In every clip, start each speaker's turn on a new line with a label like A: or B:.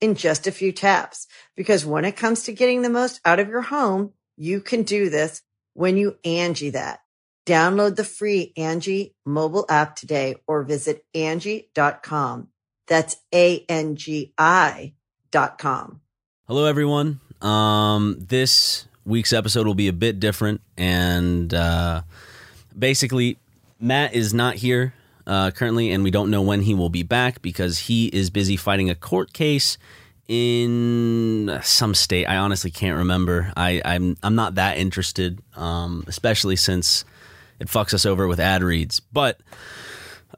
A: in just a few taps. Because when it comes to getting the most out of your home, you can do this when you Angie that. Download the free Angie mobile app today or visit Angie.com. That's A-N-G-I dot com.
B: Hello, everyone. Um, this week's episode will be a bit different, and uh, basically, Matt is not here uh, currently, and we don't know when he will be back because he is busy fighting a court case in some state. I honestly can't remember. I, I'm I'm not that interested, um, especially since it fucks us over with ad reads. But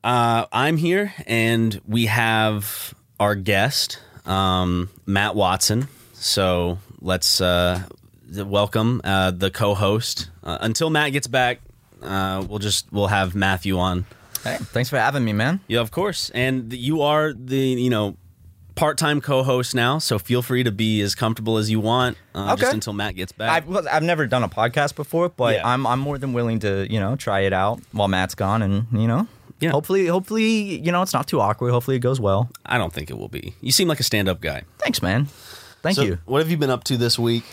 B: uh, I'm here, and we have our guest, um, Matt Watson. So let's uh, welcome uh, the co-host. Uh, until Matt gets back, uh, we'll just we'll have Matthew on.
C: Hey, thanks for having me, man.
B: Yeah, of course. And th- you are the, you know, part-time co-host now, so feel free to be as comfortable as you want uh, just
C: Okay.
B: until Matt gets back.
C: I've, well, I've never done a podcast before, but
B: Yeah.
C: I'm I'm more than willing to you know try it out while Matt's gone, and you know,
B: Yeah.
C: hopefully hopefully you know it's not too awkward. Hopefully it goes well.
B: I don't think it will be. You seem like a stand-up guy.
C: Thanks, man. Thank
D: So,
C: you.
D: What have you been up to this week?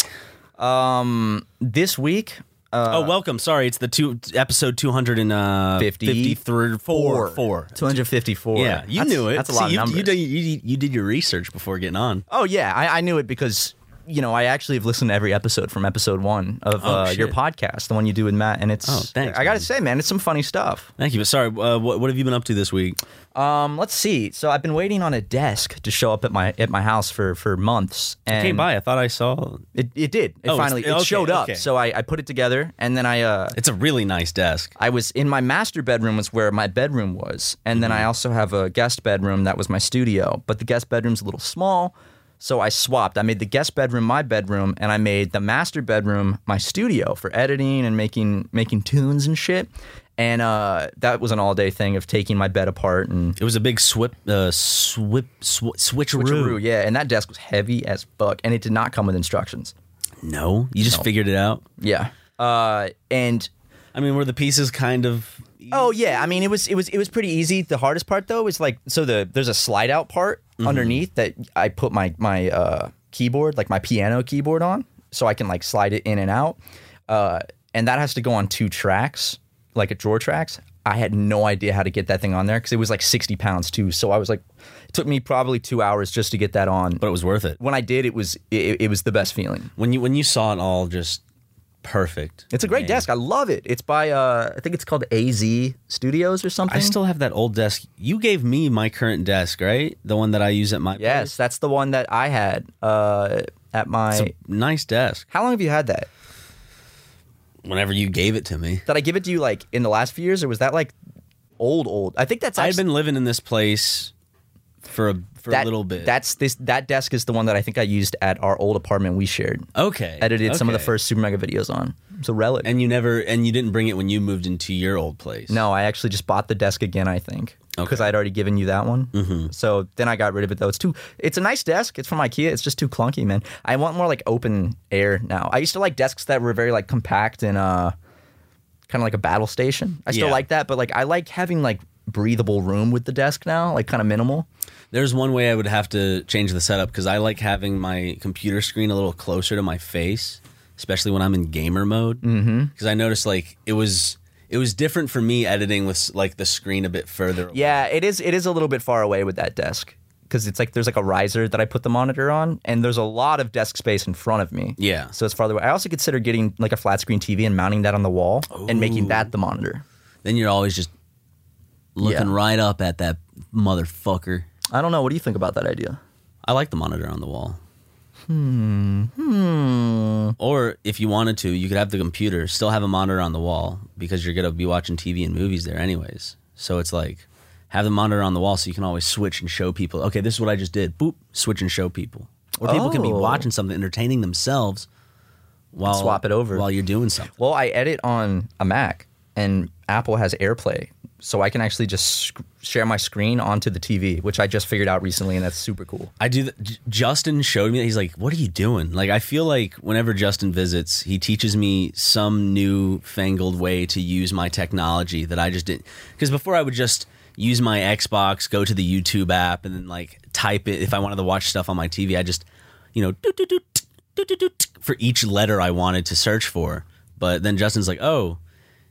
C: This week, uh,
B: oh, welcome. Sorry, it's the two uh, episode
C: 50
B: 253 four.
C: four.
B: four.
C: 254.
B: Yeah, you
C: That's-
B: knew it.
C: That's a
B: See,
C: lot
B: you,
C: of numbers.
B: You did, you, you did your research before getting on.
C: oh yeah, I, I knew it because you know I actually have listened to every episode from episode one of
B: Oh,
C: uh, your
B: shit.
C: podcast, the one you do with Matt, and it's
B: Oh, thanks,
C: I gotta
B: man.
C: say, man, it's some funny stuff.
B: Thank you. But sorry, uh, what, what have you been up to this week?
C: Um, let's see. So I've been waiting on a desk to show up at my at my house for for months.
B: I
C: And
B: came by. I thought I saw.
C: It, it did. It
B: Oh, it's-
C: finally it
B: okay,
C: showed up.
B: okay.
C: So I, I put it together and then I uh
B: It's a really nice desk.
C: I was in my master bedroom was where my bedroom was. And then
B: Mm-hmm.
C: I also have a guest bedroom that was my studio. But the guest bedroom's a little small. So I swapped. I made the guest bedroom my bedroom and I made the master bedroom my studio for editing and making making tunes and shit. And uh, that was an all day thing of taking my bed apart and
B: It was a big swip, uh, swip, sw- switcheroo.
C: Switcheroo, yeah, and that desk was heavy as fuck, and it did not come with instructions.
B: No, you just figured it out.
C: Yeah, uh, and
B: I mean, were the pieces kind of?
C: Oh yeah, I mean it was it was it was pretty easy. The hardest part though is like so the there's a slide out part underneath that I put my my uh, keyboard like my piano keyboard on so I can like slide it in and out, uh, and that has to go on two tracks like a drawer tracks. I had no idea how to get that thing on there because it was like sixty pounds too. So I was like, it took me probably two hours just to get that on.
B: But
C: But
B: it was worth it.
C: when I did, it was it, it was the best feeling.
B: When you when you saw it all, just perfect.
C: It's a great desk. I love it. It's by uh, I think it's called AZ Studios or something.
B: I still have that old desk. You gave me my current desk, right? The one that I use at my
C: Yes, that's the one that I had uh, at my.
B: place. Nice desk.
C: how long have you had that?
B: Whenever you gave it to me,
C: Did I give it to you like in the last few years, or was that like old, old? I think that's.
B: I had
C: actually-
B: been living in this place for a for
C: that,
B: a little bit.
C: That's this. That desk is the one that I think I used at our old apartment we shared.
B: okay.
C: Edited some of the
B: okay.
C: first Super Mega videos on. It's a relic.
B: and you never and you didn't bring it when you moved into your old place.
C: no, I actually just bought the desk again. I think because
B: Okay.
C: I'd already given you that one. Mm-hmm. So then I got rid of it though. It's too. It's a nice desk. It's from IKEA. It's just too clunky, man. I want more like open air now. I used to like desks that were very like compact and uh, kind of like a battle station. I still
B: Yeah.
C: like that, but like I like having like breathable room with the desk now, like kind of minimal.
B: There's one way I would have to change the setup because I like having my computer screen a little closer to my face, especially when I'm in gamer mode. Because mm-hmm. I noticed like it was it was different for me editing with like the screen a bit further. away.
C: Yeah, it is. It is a little bit far away with that desk because it's like there's like a riser that I put the monitor on, and there's a lot of desk space in front of me.
B: Yeah.
C: So it's farther away. I also consider getting like a flat screen TV and mounting that on the wall and making that the monitor.
B: Then you're always just looking
C: Yeah.
B: right up at that motherfucker.
C: I don't know. What do you think about that idea?
B: I like the monitor on the wall. Hmm. Or if you wanted to, you could have the computer, still have a monitor on the wall because you're going to be watching TV and movies there anyways. So it's like have the monitor on the wall so you can always switch and show people. Okay, this is what I just did. Boop, switch and show people. Or people can be
C: Oh.
B: watching something, entertaining themselves while
C: Swap it over.
B: while you're doing something.
C: Well, I edit on a Mac, and Apple has AirPlay, so I can actually just sc- share my screen onto the TV, which I just figured out recently, and that's super cool.
B: I do. Th- J- Justin showed me that he's like, "What are you doing?" Like, I feel like whenever Justin visits, he teaches me some new fangled way to use my technology that I just didn't. Because before, I would just use my Xbox, go to the YouTube app, and then like type it if I wanted to watch stuff on my TV. I just, you know, doot, doot, doot, tsk, doot, doot, doot, tsk, for each letter I wanted to search for. But then Justin's like, "Oh."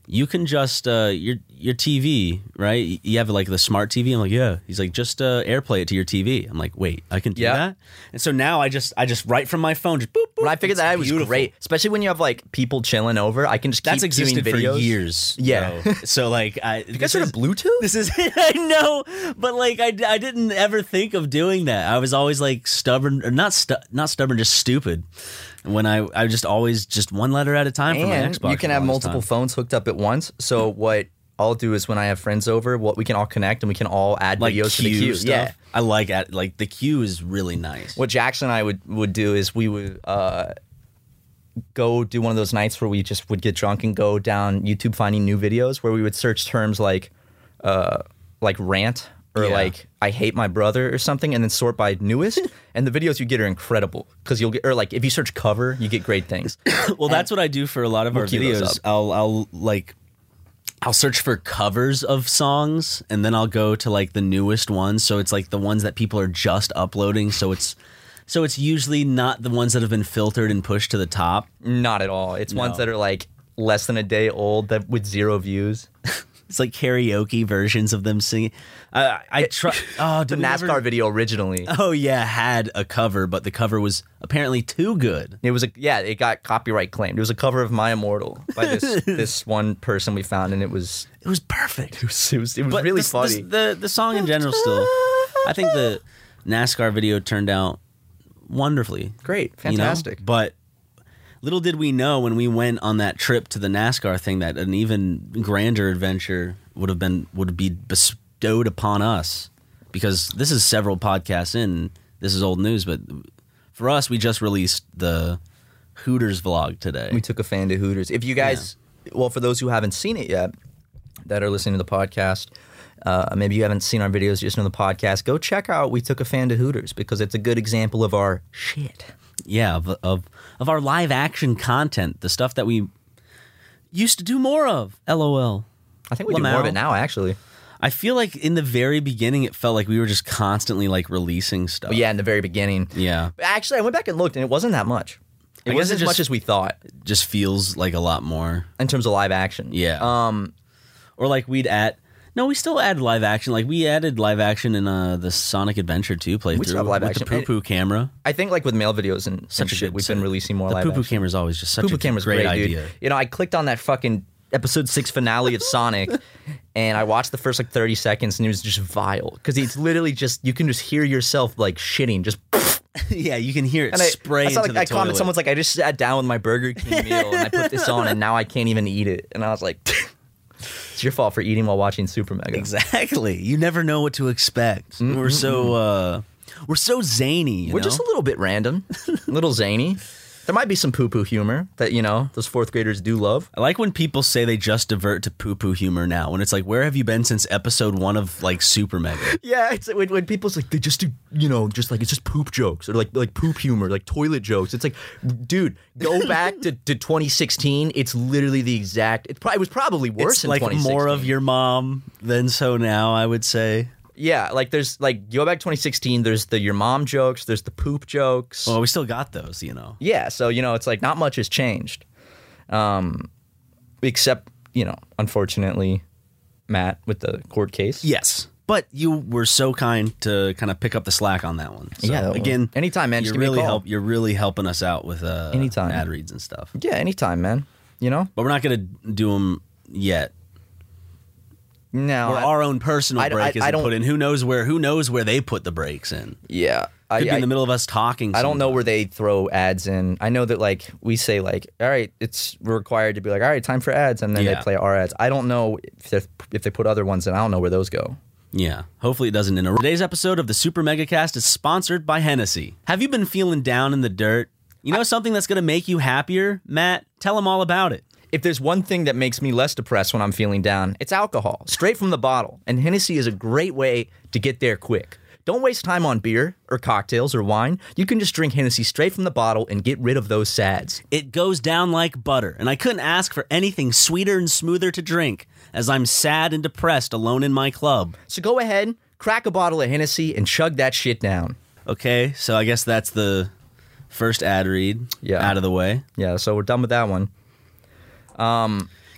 B: You can just uh, your your TV, right? You have like the smart TV. I'm like, yeah. He's like, just uh, AirPlay it to your TV. I'm like, wait, I can do
C: Yeah.
B: that. And so now I just I just write from my phone. Just boop. boop.
C: But I figured
B: It's
C: that was
B: beautiful.
C: great, especially when you have like people chilling over. I can just
B: That's
C: keep
B: existed
C: doing videos.
B: for years.
C: Yeah.
B: bro. so like, I
C: You guys heard of Bluetooth?
B: This is I know, but like I, I didn't ever think of doing that. I was always like stubborn, or not stu- not stubborn, just stupid. When I I just always just one letter at a time from
C: and
B: my Xbox.
C: you can
B: for
C: have
B: the longest
C: multiple
B: time. Mm-hmm.
C: phones hooked up at once. So what I'll do is when I have friends over, what we can all connect and we can all add
B: like
C: videos to
B: queue
C: the queue.
B: stuff.
C: Yeah.
B: I like at like the queue is really nice.
C: What Jackson and I would would do is we would uh, go do one of those nights where we just would get drunk and go down YouTube finding new videos where we would search terms like uh, like rant or
B: Yeah.
C: like I hate my brother or something, and then sort by newest. and the videos you get are incredible because you'll get or like if you search cover, you get great things.
B: well, that's what I do for a lot of our
C: queue those
B: videos.
C: up.
B: I'll I'll like I'll search for covers of songs and then I'll go to like the newest ones. So it's like the ones that people are just uploading. So it's so it's usually not the ones that have been filtered and pushed to the top.
C: Not at all. It's ones that are like less than a day old that with zero views.
B: It's like karaoke versions of them singing. I I try. Oh,
C: The
B: did we
C: NASCAR
B: ever-
C: video originally.
B: Oh yeah, had a cover, but the cover was apparently too good.
C: It was a yeah. It got copyright claimed. It was a cover of My Immortal by this this one person we found, and it was
B: It was perfect.
C: it was it was, it was really
B: the,
C: funny.
B: The, the song in general still. I think the NASCAR video turned out wonderfully.
C: Great,
B: you know?
C: fantastic.
B: But little did we know when we went on that trip to the NASCAR thing that an even grander adventure would have been would be bestowed upon us because this is several podcasts in. This is old news, but for us, we just released the Hooters vlog today.
C: we took a fan to Hooters. If you guys, well, for those who haven't seen it yet, that are listening to the podcast. Uh, maybe you haven't seen our videos, you just know the podcast. Go check out We Took a Fan to Hooters because it's a good example of our shit.
B: yeah of, of of our live action content the stuff that we used to do more of lol
C: I think we do more of
B: Lamau.
C: it now, actually.
B: i feel like in the very beginning it felt like we were just constantly like releasing stuff
C: But yeah, in the very beginning.
B: yeah
C: Actually, I went back and looked, and it wasn't that much.
B: I
C: It
B: guess
C: wasn't
B: it
C: as much
B: just-
C: as we thought
B: just feels like a lot more
C: in terms of live action.
B: Yeah.
C: Um.
B: or like we'd add no we still add live action like we added live action in uh the sonic adventure 2 playthrough
C: still have live
B: with the
C: action.
B: poo poo camera
C: I think like with mail videos and such
B: a
C: shit,
B: good
C: we've
B: set.
C: been releasing more
B: the
C: live
B: poo poo
C: action.
B: camera is always just such
C: Poo poo
B: a
C: camera's
B: great,
C: great,
B: idea
C: dude. You know, I clicked on that fucking episode six finale of Sonic, and I watched the first like thirty seconds, and it was just vile because it's literally just you can just hear yourself like shitting, just
B: yeah you can hear it
C: and I,
B: spray
C: I
B: into
C: saw, like,
B: the
C: I
B: toilet
C: comment, someone's like, I just sat down with my Burger King meal and I put this on, and now I can't even eat it, and I was like, it's your fault for eating while watching Super Mega.
B: Exactly. You never know what to expect. We're so uh Mm, we're so zany. You
C: We're
B: know?
C: just a little bit random, a little zany. There might be some poo poo humor that, you know, those fourth graders do love.
B: I like when people say they just divert to poo poo humor now. When it's like, where have you been since episode one of like Super Mega?
C: Yeah, it's when, when people's like, they just do, you know, just like, it's just poop jokes or like like poop humor, like toilet jokes. It's like, dude, go back to, to 2016. It's literally the exact, it, probably, it was probably worse
B: It's
C: in
B: like
C: 2016.
B: more of your mom than so now. I would say.
C: Yeah, like there's like go back 2016. There's the your mom jokes. There's the poop jokes.
B: Well, we still got those. You know.
C: yeah, so you know it's like not much has changed, um, except you know unfortunately, Matt with the court case.
B: Yes. But you were so kind to kind of pick up the slack on that one. So,
C: Yeah, that one-
B: again,
C: anytime, man, just
B: You're
C: give me a
B: really
C: call.
B: help. You're really helping us out with uh,
C: Anytime.
B: ad reads and stuff.
C: Yeah, anytime, man. You know?
B: But we're not gonna do them yet.
C: No.
B: Or
C: I-
B: our own personal
C: I- I-
B: break
C: I
B: isn't
C: don't-
B: put in. Who knows where? Who knows where they put the breaks in?
C: yeah. I,
B: Could be
C: I-
B: in the middle of us talking.
C: I don't know where they throw ads in. I know that like we say like, all right, it's we're required to be like, all right, time for ads, and then
B: Yeah.
C: they play our ads. I don't know if they if they put other ones in. I don't know where those go.
B: Yeah. Hopefully it doesn't interrupt. Today's episode of the Super Mega Cast is sponsored by Hennessy. Have you been feeling down in the dirt? You know something that's going to make you happier? Matt, tell them all about it.
C: If there's one thing that makes me less depressed when I'm feeling down, it's alcohol, straight from the bottle. And Hennessy is a great way to get there quick. Don't waste time on beer or cocktails or wine. You can just drink Hennessy straight from the bottle and get rid of those sads.
B: It goes down like butter, and I couldn't ask for anything sweeter and smoother to drink as I'm sad and depressed alone in my club.
C: So go ahead, crack a bottle of Hennessy and chug that shit down.
B: Okay, so I guess that's the first ad read
C: Yeah.
B: out of the way.
C: Yeah, so we're done with that one.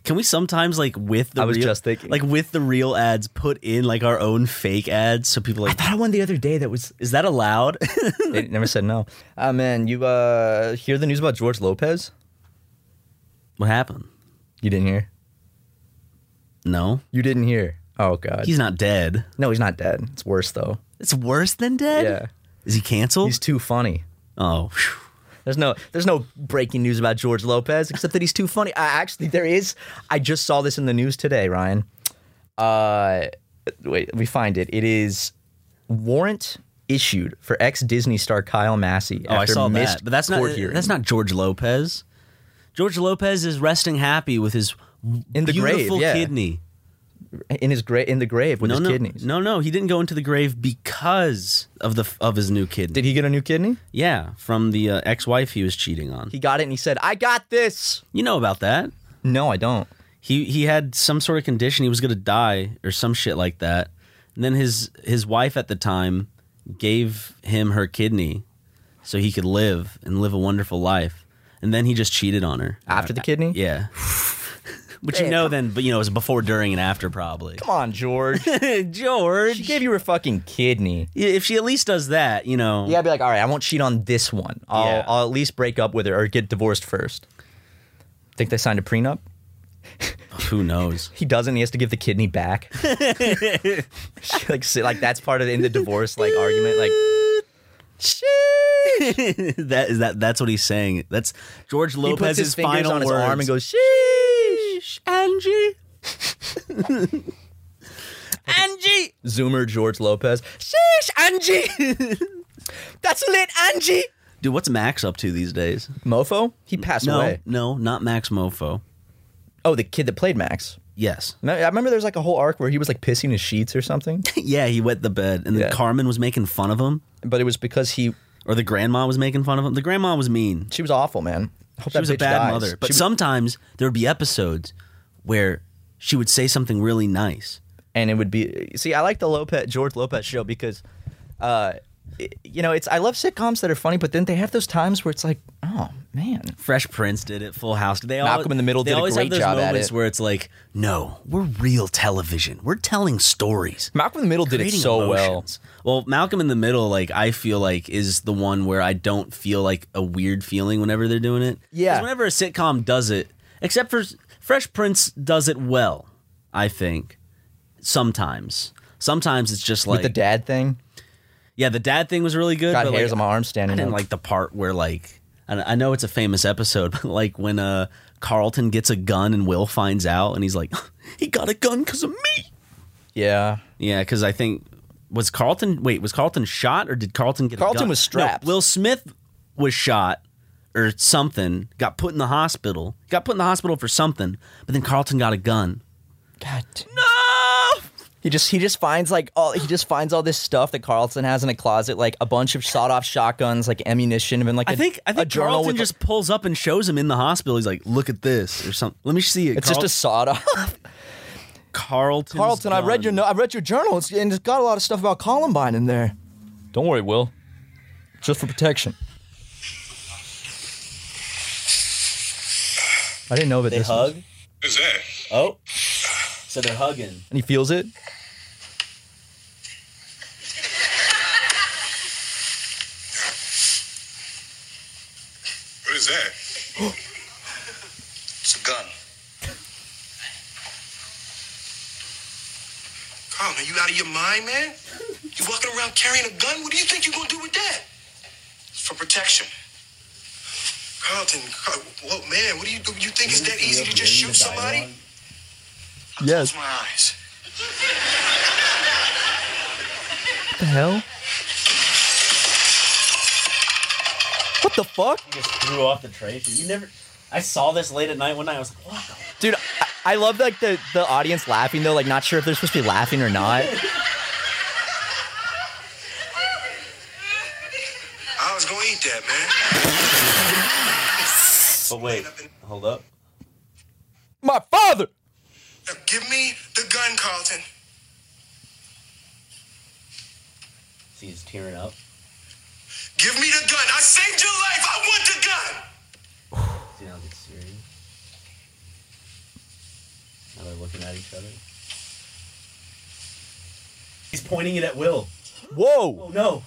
B: Can we sometimes like with the
C: I was
B: real,
C: just thinking.
B: like with the real ads put in like our own fake ads so people are like
C: I had one the other day that was
B: is that allowed?
C: They never said no. Ah, man, you uh, hear the news about George Lopez?
B: what happened?
C: You didn't hear?
B: No.
C: You didn't hear? Oh God.
B: He's not dead.
C: no, he's not dead. It's worse though.
B: It's worse than dead.
C: Yeah.
B: Is he canceled?
C: He's too funny.
B: oh, phew.
C: There's no, there's no breaking news about George Lopez except that he's too funny. I, actually, there is. I just saw this in the news today, Ryan. Uh, wait, let me find it. It is warrant issued for ex Disney star Kyle Massey.
B: oh, I
C: after
B: saw
C: missed
B: that. But that's not uh,
C: court hearing.
B: that's not George Lopez. George Lopez is resting happy with his
C: In the grave,
B: beautiful
C: yeah.
B: kidney.
C: in his grave. In the grave with
B: No,
C: his
B: no,
C: kidneys.
B: no, no. He didn't go into the grave because of the of his new kidney.
C: Did he get a new kidney?
B: yeah, from the uh, ex-wife he was cheating on.
C: He got it and he said, "I got this."
B: you know about that?
C: No, I don't.
B: he he had some sort of condition he was going to die or some shit like that and then his his wife at the time gave him her kidney so he could live and live a wonderful life and then he just cheated on her
C: After the kidney?
B: Uh, yeah which you know then but you know it was before during and after probably
C: Come on, George.
B: george
C: she gave you her fucking kidney.
B: if she at least does that you know
C: Yeah, I'd be like, all right, I won't cheat on this one. I'll,
B: Yeah.
C: I'll at least break up with her or get divorced first. Think they signed a prenup?
B: who knows
C: He doesn't. He has to give the kidney back. she, like, sit, like that's part of the, in the divorce like argument. Like,
B: that is that that's what he's saying that's george
C: he
B: lopez's
C: puts his fingers
B: final
C: on his
B: words.
C: arm and goes, sheesh, Angie. Angie! Zoomer George Lopez. Sheesh, Angie! That's lit, Angie!
B: dude what's max up to these days
C: Mofo? He passed
B: No,
C: away.
B: no, not Max Mofo.
C: Oh, the kid that played Max.
B: Yes.
C: Me- I remember there was like a whole arc where he was like pissing his sheets or something,
B: yeah, he wet the bed, and then
C: Yeah.
B: Carmen was making fun of him,
C: but it was because he
B: or the grandma was making fun of him. The grandma was mean.
C: she was awful, man. Hope
B: She
C: that
B: was a
C: bitch
B: bad
C: dies.
B: mother. But
C: She-
B: sometimes there would be episodes where she would say something really nice.
C: and it would be see, I like the Lopez George Lopez show because, uh, it- you know, it's I love sitcoms that are funny, but then they have those times where it's like, oh man,
B: Fresh Prince did it. Full House. They all-
C: Malcolm in the Middle
B: They
C: did a
B: always
C: great
B: have those
C: job at
B: moments
C: it.
B: where it's like, no, we're real television. We're telling stories.
C: Malcolm in the Middle did it
B: creating
C: so
B: emotions. well. Malcolm in the Middle, like I feel like, is the one where I don't feel like a weird feeling whenever they're doing it. 'Cause
C: Yeah.
B: whenever a sitcom does it, except for Fresh Prince, does it well. I think sometimes. Sometimes it's just
C: well
B: like
C: with the dad thing.
B: yeah, the dad thing was really good.
C: Got
B: but
C: hairs
B: like,
C: on my arm standing.
B: I didn't
C: up.
B: like the part where like I I know it's a famous episode, but like when uh Carlton gets a gun and Will finds out, and he's like, he got a gun because of me.
C: yeah,
B: Yeah, because I think was Carlton. Wait, was Carlton shot or did Carlton get? a
C: Carlton
B: gun?
C: was strapped.
B: No, Will Smith was shot or something. Got put in the hospital. Got put in the hospital for something, but then Carlton got a gun.
C: God. No. He just he just finds like all he just finds all this stuff that Carlton has in a closet, like a bunch of sawed off shotguns, like ammunition, and like a-
B: I think I
C: a
B: think
C: journal
B: Carlton
C: with
B: just pulls up and shows him in the hospital. He's like, "Look at this" or something. Let me see it.
C: it's just a sawed off.
B: a Carlton.
C: Carlton, I read your no- I read your journal, it's, and it's got a lot of stuff about Columbine in there. Don't worry, Will. Just for protection. I didn't know that
B: They
C: this
B: hug.
C: was-
D: Who's that?
B: Oh, so they're hugging.
C: and he feels it.
D: You out of your mind, man? You walking around carrying a gun? What do you think you're gonna do with that? It's for protection. Carlton, Carl, well, man, what do you do? You think it's that easy to just shoot somebody? I
C: Yes.
D: Close my eyes.
C: What the hell? What the fuck?
B: just threw off the tray. You never. I saw this late at night one night. I was like, what the
C: Dude, I, I love like the, the audience laughing though, like not sure if they're supposed to be laughing or not.
D: I was gonna eat that, man.
B: But wait, hold up.
C: My father!
D: Now give me the gun, Carlton.
B: See, he's tearing up.
D: Give me the gun. I saved your life. I want the gun.
B: See, now it's serious. Now they're looking at each other. He's pointing it at Will.
C: Whoa!
B: Oh no!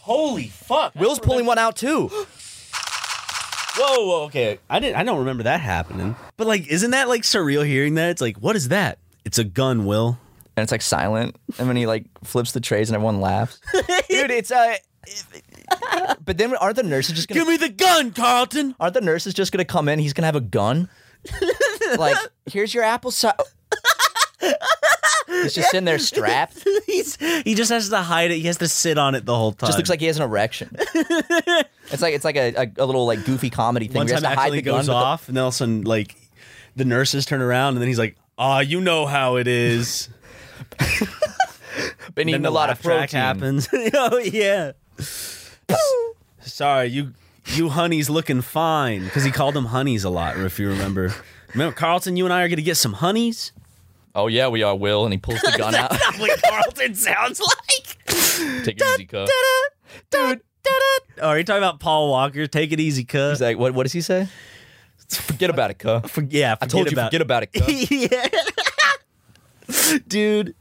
B: Holy fuck!
C: Will's pulling one out too.
B: Whoa, whoa, okay. I didn't. I don't remember that happening. But like, isn't that like surreal hearing that? It's like, what is that? It's a gun, Will.
C: And it's like silent. And then he like flips the trays and everyone laughs. Dude, it's uh But then aren't the nurses just gonna
B: Give me the gun, Carlton.
C: aren't the nurses just gonna come in? He's gonna have a gun. like, here's your apple cider. He's just sitting there strapped.
B: He's, he just has to hide it. He has to sit on it the whole time.
C: Just looks like he has an erection. it's like it's like a, a, a little like goofy comedy thing.
B: one
C: where he has
B: time
C: to hide
B: actually
C: the gun,
B: goes
C: but the-
B: off, and all of a sudden, like the nurses turn around, and then he's like, "Ah, you know how it is."
C: been
B: then
C: eating
B: the
C: a lot
B: laugh
C: of
B: track
C: protein.
B: happens. oh yeah. Sorry, you you honeys looking fine because he called them honeys a lot. If you remember, remember Carlton, you and I are gonna get some honeys.
C: Oh yeah, we are Will, and he pulls the gun out.
B: what Carlton sounds like.
C: Take it easy, cuz.
B: Dude. Oh, are you talking about Paul Walker? Take it easy, cuz.
C: He's like, what? What does he say? Forget about it, cuz.
B: For- yeah,
C: I told you, forget about it, cuz.
B: yeah, dude.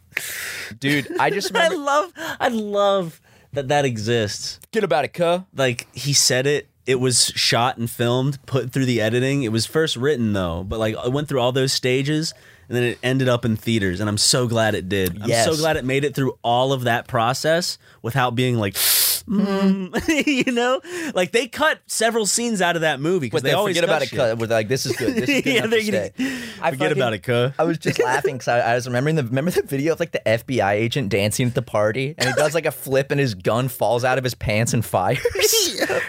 C: dude. I just
B: I
C: remember.
B: love, I love that that exists.
C: Forget about it, cuz.
B: Like he said it. It was shot and filmed, put through the editing. It was first written though, but like it went through all those stages, and then it ended up in theaters. And I'm so glad it did. I'm
C: Yes.
B: so glad it made it through all of that process without being like,
C: Mm-hmm.
B: mm, you know, like they cut several scenes out of that movie because
C: But
B: they
C: then
B: always
C: forget about
B: cut
C: it,
B: shit.
C: cuz. We're like, this is good. This is good
B: yeah,
C: enough
B: they're
C: to
B: gonna
C: stay. I
B: forget
C: fucking-
B: about it, cuz.
C: I was just laughing because I, I was remembering the remember the video of like the FBI agent dancing at the party, and he does like a flip, and his gun falls out of his pants and fires,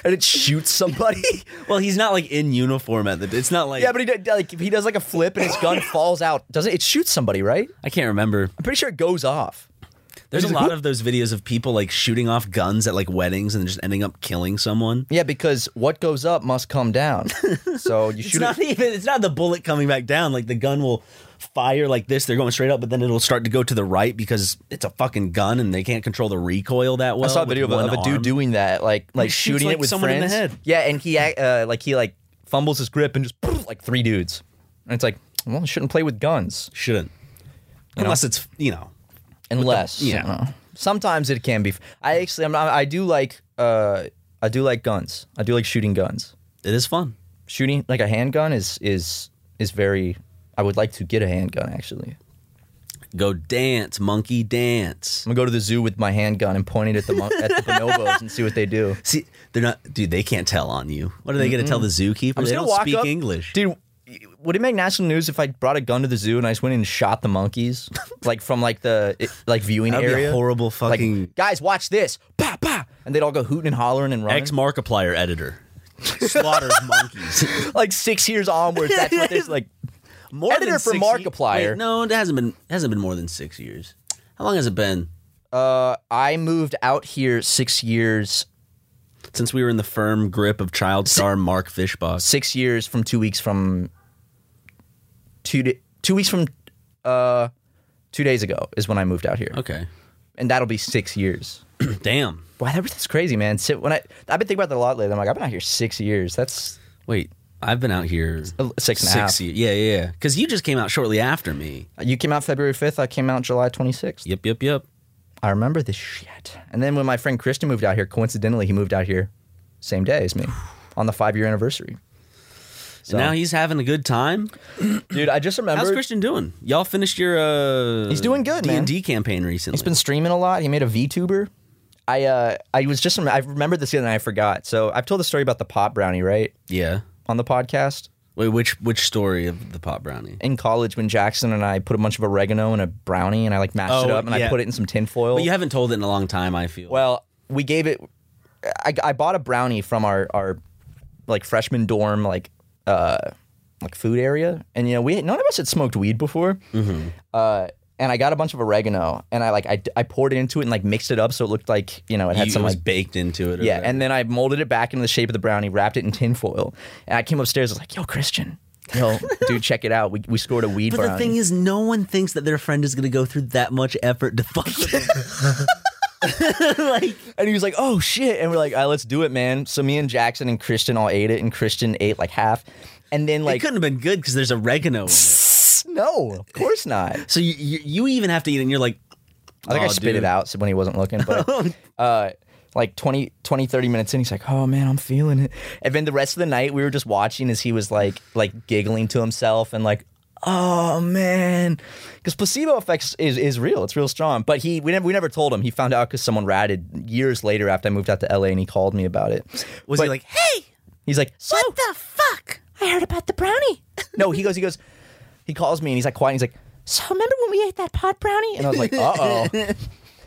C: and it shoots somebody.
B: Well, he's not like in uniform at the. It's not like
C: yeah, but he did, like he does like a flip, and his gun falls out. Doesn't it shoots somebody? Right?
B: I can't remember.
C: I'm pretty sure it goes off.
B: There's a
C: He's
B: lot
C: like,
B: of those videos of people like shooting off guns at like weddings and just ending up killing someone.
C: Yeah, because what goes up must come down. So you
B: It's
C: shoot
B: not
C: it.
B: even. It's not the bullet coming back down. Like the gun will fire like this. They're going straight up, but then it'll start to go to the right because it's a fucking gun and they can't control the recoil that well.
C: I saw
B: Oh,
C: a
B: with
C: video of a,
B: one
C: of a dude
B: arm.
C: doing that, like like
B: shoots,
C: shooting
B: like,
C: it with
B: someone in the
C: friends.
B: head.
C: Yeah, and he act- uh, like he like fumbles his grip and just poof, like three dudes, and it's like, well, you shouldn't play with guns
B: shouldn't. Unless it's you know
C: unless
B: yeah.
C: I don't know. Sometimes it can be. I actually, I'm not, I do like uh, I do like guns. I do like shooting guns.
B: it is fun.
C: Shooting like a handgun is is is very. I would like to get a handgun actually.
B: Go dance, monkey dance.
C: I'm gonna go to the zoo with my handgun and point it at the mon- at the bonobos and see what they do.
B: See, they're not, dude. They can't tell on you. What are they going to tell the zookeeper?
C: I'm
B: They
C: just
B: don't
C: gonna walk
B: speak
C: up-
B: English.
C: dude. Would it make national news if I brought a gun to the zoo and I just went in and shot the monkeys, like from like the it- like viewing
B: That'd be a
C: area?
B: horrible
C: Like,
B: fucking-
C: guys, watch this, pa pa, and they'd all go hooting and hollering and running.
B: Ex Markiplier editor. Slaughter of monkeys.
C: like six years onwards, that's what there's like.
B: More
C: Editor for
B: six
C: Markiplier.
B: Wait, no, it hasn't been. It hasn't been more than six years. How long has it been
C: Uh, I moved out here six years,
B: since we were in the firm grip of child star Mark Fishbach?
C: six years from two weeks from two da two weeks from uh two days ago is when I moved out here,
B: Okay,
C: and that'll be six years.
B: damn.
C: Wow, that- that's crazy, man. Sit when I I've been thinking about that a lot lately. I'm like, I've been out here six years. That's
B: Wait, I've been out here
C: uh, six and a half.
B: years. Yeah, yeah, yeah. Because you just came out shortly after me.
C: You came out February 5th. I came out July 26th.
B: Yep, yep, yep.
C: I remember this shit. And then when my friend Christian moved out here, coincidentally, he moved out here same day as me on the five year anniversary. So,
B: now he's having a good time.
C: dude, I just remembered.
B: How's Christian doing? Y'all finished your uh
C: He's doing good,
B: D&D
C: man.
B: campaign recently.
C: He's been streaming a lot. He made a VTuber. I uh, I was just I remembered this the other night. I forgot. So I've told the story about the pop brownie, right,
B: Yeah.
C: on the podcast
B: Wait, which which story of the pop brownie?
C: in college when Jackson and I put a bunch of oregano in a brownie and I like mashed it
B: Oh,
C: up and
B: yeah.
C: I put it in some tinfoil.
B: But you haven't told it in a long time, I feel.
C: Well, we gave it. I, I bought a brownie from our our like freshman dorm like uh like food area, and you know we none of us had smoked weed before. Mm-hmm. Uh, and I got a bunch of oregano, and I like I, I poured it into it and like mixed it up so it looked like you know it
B: you,
C: had some
B: it was
C: like
B: baked into it. or
C: yeah,
B: whatever.
C: and then I molded it back into the shape of the brownie, wrapped it in tinfoil, and I came upstairs. I was like, "Yo, Christian, yo, dude, check it out. We, we scored a weed
B: But
C: brownie."
B: the thing is, no one thinks that their friend is going to go through that much effort to fuck with them. like,
C: And he was like, "Oh shit!" And we're like, "All right, let's do it, man." So me and Jackson and Christian all ate it, and Christian ate like half. And then
B: it
C: like,
B: couldn't have been good because there's oregano in it. So
C: no, of course not.
B: you, you you even have to eat it, and you're like,
C: I think I
B: "Aw,
C: spit
B: dude."
C: it out when he wasn't looking, but uh, like 20, 20, 30 minutes in, he's like, "Oh man, I'm feeling it." And then the rest of the night, we were just watching as he was like, like giggling to himself and like, "Oh man," because placebo effects is, is real. It's real strong. But he, we never, we never told him. He found out because someone ratted years later after I moved out to LA, and he called me about it.
B: Was he
C: But
B: like, hey,
C: He's like, "So
B: what the fuck?
C: I heard about the brownie. no, he goes, he goes, he calls me and he's like quiet. And he's like, so remember when we ate that pot brownie? And I was like, uh oh.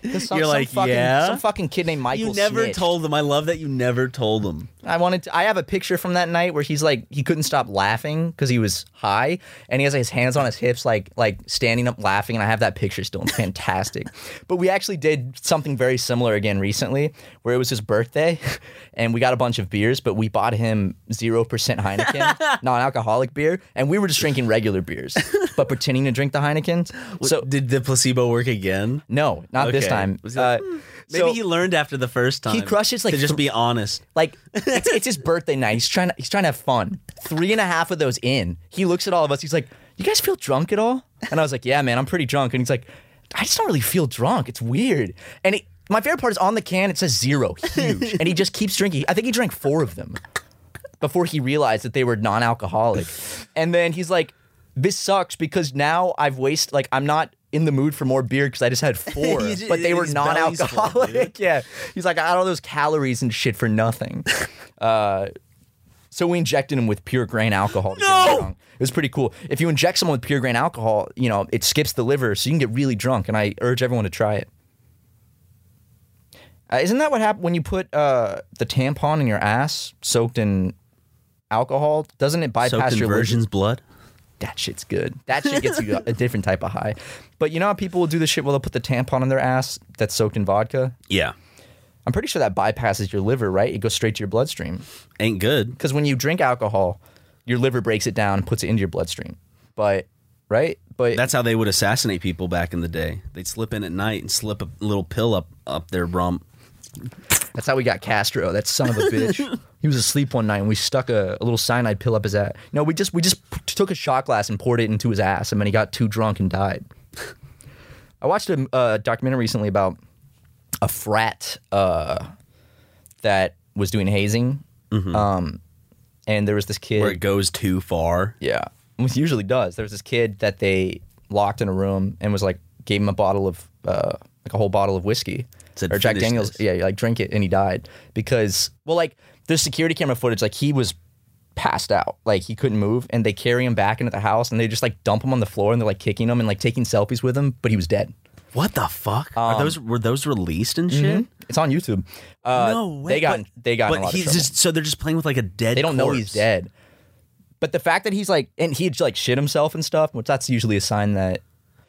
C: You're
B: You're like,
C: fucking,
B: yeah?
C: some fucking kid named Michael.
B: You never
C: snitched.
B: told them. I love that you never told them.
C: I wanted. To, I have a picture from that night where he's like, he couldn't stop laughing because he was high, and he has like, his hands on his hips, like like standing up laughing. And I have that picture still. It's fantastic. but we actually did something very similar again recently, where it was his birthday, and we got a bunch of beers, but we bought him zero percent Heineken, non-alcoholic beer, and we were just drinking regular beers, but pretending to drink the Heinekens. So
B: Did the placebo work again?
C: no, not this
B: Okay.
C: time.
B: Was he like, "Hmm,
C: Uh,
B: Maybe
C: so-
B: he learned after the first time.
C: crushes, like,
B: to just
C: th-
B: be honest.
C: Like it's, it's his birthday night. He's trying to he's trying to have fun. Three and a half of those in, he looks at all of us. He's like, "You guys feel drunk at all?" And I was like, "Yeah, man, I'm pretty drunk." And he's like, "I just don't really feel drunk. It's weird." And it, my favorite part is on the can it says zero, huge, and he just keeps drinking. I think he drank four of them before he realized that they were non-alcoholic. And then he's like, "This sucks because now I've wasted like I'm not." In the mood for more beer because I just had four,
B: He's-
C: but they were
B: his belly's full,
C: non-alcoholic.
B: dude.
C: Yeah. He's like, I got all those calories and shit for nothing. Uh, so we injected him with pure grain alcohol. To get him drunk. It was pretty cool. If you inject someone with pure grain alcohol, you know, it skips the liver, so you can get really drunk. And I urge everyone to try it. Uh, isn't that what happened when you put uh, the tampon in your ass soaked in alcohol? Doesn't it bypass
B: Soaked in
C: your liver?
B: virgin's blood.
C: that shit's good. That shit gets you a different type of high. But you know how people will do this shit where they'll put the tampon in their ass that's soaked in vodka?
B: Yeah,
C: I'm pretty sure that bypasses your liver, right? It goes straight to your bloodstream.
B: ain't good.
C: Because when you drink alcohol, your liver breaks it down and puts it into your bloodstream. But, right? But
B: That's how they would assassinate people back in the day. They'd slip in at night and slip a little pill up up their rump.
C: that's how we got Castro, that son of a bitch. he was asleep one night and we stuck a, a little cyanide pill up his ass. No, we just we just p- took a shot glass and poured it into his ass, and then he got too drunk and died. I watched a uh, documentary recently about a frat uh, that was doing hazing. Um, and there was this kid.
B: Mm-hmm. Where it goes too far.
C: Yeah. Which usually does. There was this kid that they locked in a room and was like, gave him a bottle of, uh, like a whole bottle of whiskey.
B: Said,
C: or Jack
B: "Finish
C: Daniels.
B: this."
C: Yeah, like drink it and he died. Because, well, like, there's security camera footage. Like, he was passed out. Like, he couldn't move. And they carry him back into the house and they just like dump him on the floor and they're like kicking him and like taking selfies with him, but he was dead.
B: What the fuck?
C: Um,
B: Are those were those released and shit?
C: It's on YouTube. Uh,
B: No way.
C: They got,
B: But-
C: they mm-hmm. got in
B: But
C: a lot
B: he's
C: of trouble.
B: just so they're just playing with like a dead.
C: They don't know he's
B: corpse.
C: dead. But the fact that he's like, and he like shit himself and stuff, which that's usually a sign that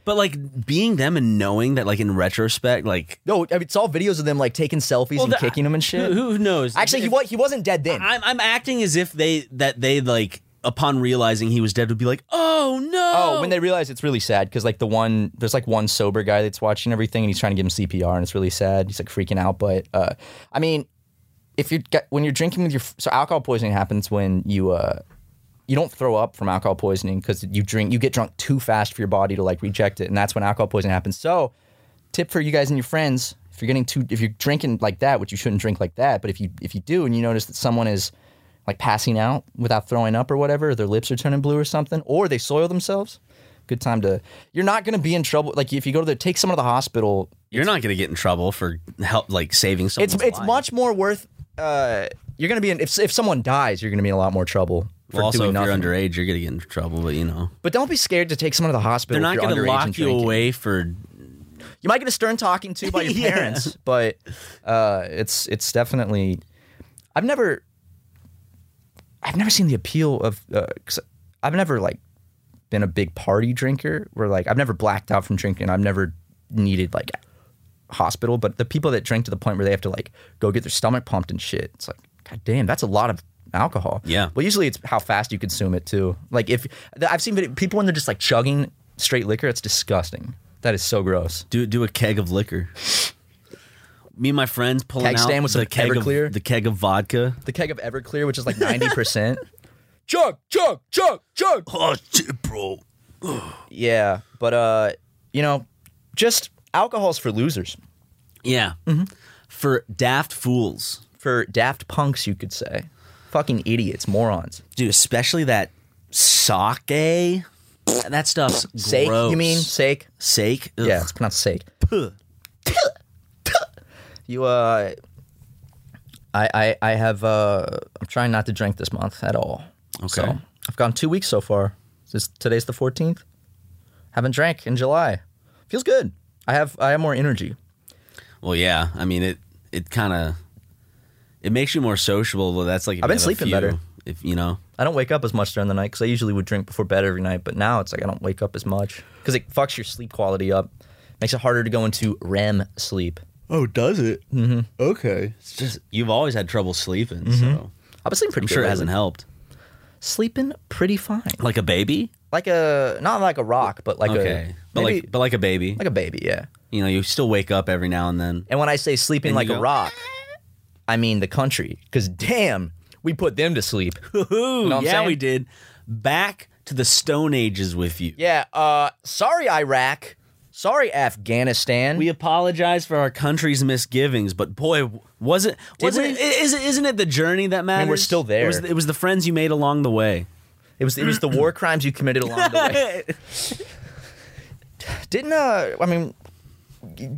B: But like being them and knowing that, like in retrospect, like
C: No, I mean, it's all videos of them like taking selfies and
B: the-
C: kicking them and shit.
B: who knows?
C: Actually, he, wa- he wasn't dead then.
B: I'm I'm acting as if they that they like upon realizing he was dead would be like, oh no.
C: oh, when they realize it's really sad because like the one there's like one sober guy that's watching everything and he's trying to give him CPR and it's really sad. He's like freaking out, but uh, I mean, if you're get- when you're drinking with your f- so alcohol poisoning happens when you uh you don't throw up from alcohol poisoning because you drink you get drunk too fast for your body to like reject it and that's when alcohol poisoning happens. So tip for you guys and your friends if you're getting too if you're drinking like that which you shouldn't drink like that but if you if you do and you notice that someone is like passing out without throwing up or whatever, or their lips are turning blue or something, or they soil themselves. Good time to. You're not going to be in trouble. Like if you go to the take someone to the hospital,
B: You're not going to get in trouble for help, like saving someone's
C: it's it's
B: life.
C: much more worth. Uh, you're going to be in if if someone dies, you're going to be in a lot more trouble for
B: Well, also,
C: doing
B: if you're
C: nothing.
B: underage, you're going to get into trouble. But you know,
C: but don't be scared to take someone to the hospital.
B: they're not
C: going to
B: lock you away for
C: you might get a stern talking to by your
B: Yeah.
C: parents, but uh, it's it's definitely. I've never, I've never seen the appeal of. Uh, 'cause I've never like been a big party drinker. Where like I've never blacked out from drinking. I've never needed like hospital. But the people that drink to the point where they have to like go get their stomach pumped and shit, it's like god damn, that's a lot of alcohol.
B: Yeah.
C: Well, usually it's how fast you consume it too. Like if I've seen vid- people when they're just like chugging straight liquor, it's disgusting. That is so gross.
B: do do a keg of liquor. Me and my friends pulling
C: Keg
B: out
C: stand with
B: the
C: some
B: keg
C: Everclear?
B: of the keg of vodka.
C: the keg of Everclear, which is like 90%. chug, chug, chug, chug.
B: Oh shit, bro!
C: Yeah, but uh, you know, just alcohol's for losers.
B: Yeah,
C: Mm-hmm.
B: for daft fools,
C: For daft punks, you could say. Fucking idiots, morons.
B: dude. Especially that sake. That stuff's
C: Sake,
B: gross.
C: you mean? Sake?
B: sake? Ugh.
C: Yeah, it's pronounced sake. You uh I, I I have uh I'm trying not to drink this month at all. Okay. So I've gone two weeks so far. This today's the fourteenth. Haven't drank in July. Feels good. I have I have more energy.
B: Well, yeah. I mean it. It kind of it makes you more sociable. But that's like if
C: I've
B: you
C: been
B: have a
C: sleeping
B: few-
C: better.
B: If you know,
C: I don't wake up as much during the night because I usually would drink before bed every night, but now it's like I don't wake up as much because it fucks your sleep quality up, makes it harder to go into REM sleep.
B: Oh, does it? Mm-hmm. Okay. It's just you've always had trouble sleeping, so
C: I've been sleeping
B: I'm
C: pretty Mm-hmm. good
B: sure it
C: lately.
B: hasn't helped.
C: Sleeping pretty fine,
B: Like a baby?
C: like a not like a rock, but like
B: Okay.
C: a
B: But
C: maybe-
B: like but like a baby.
C: like a baby, yeah.
B: you know, you still wake up every now and then.
C: And when I say sleeping
B: And
C: like
B: you
C: a
B: go-
C: rock, I mean the country because damn, we put them to sleep.
B: Ooh,
C: what I'm
B: yeah,
C: saying?
B: we did. Back to the Stone Ages with you.
C: yeah, uh, sorry Iraq, sorry Afghanistan.
B: We apologize for our country's misgivings, but boy, was it wasn't
C: we?
B: it, is, isn't it the journey that matters?
C: we're still there.
B: It was, it was the friends you made along the way.
C: it was it was the war crimes you committed along the way. Didn't uh, I mean,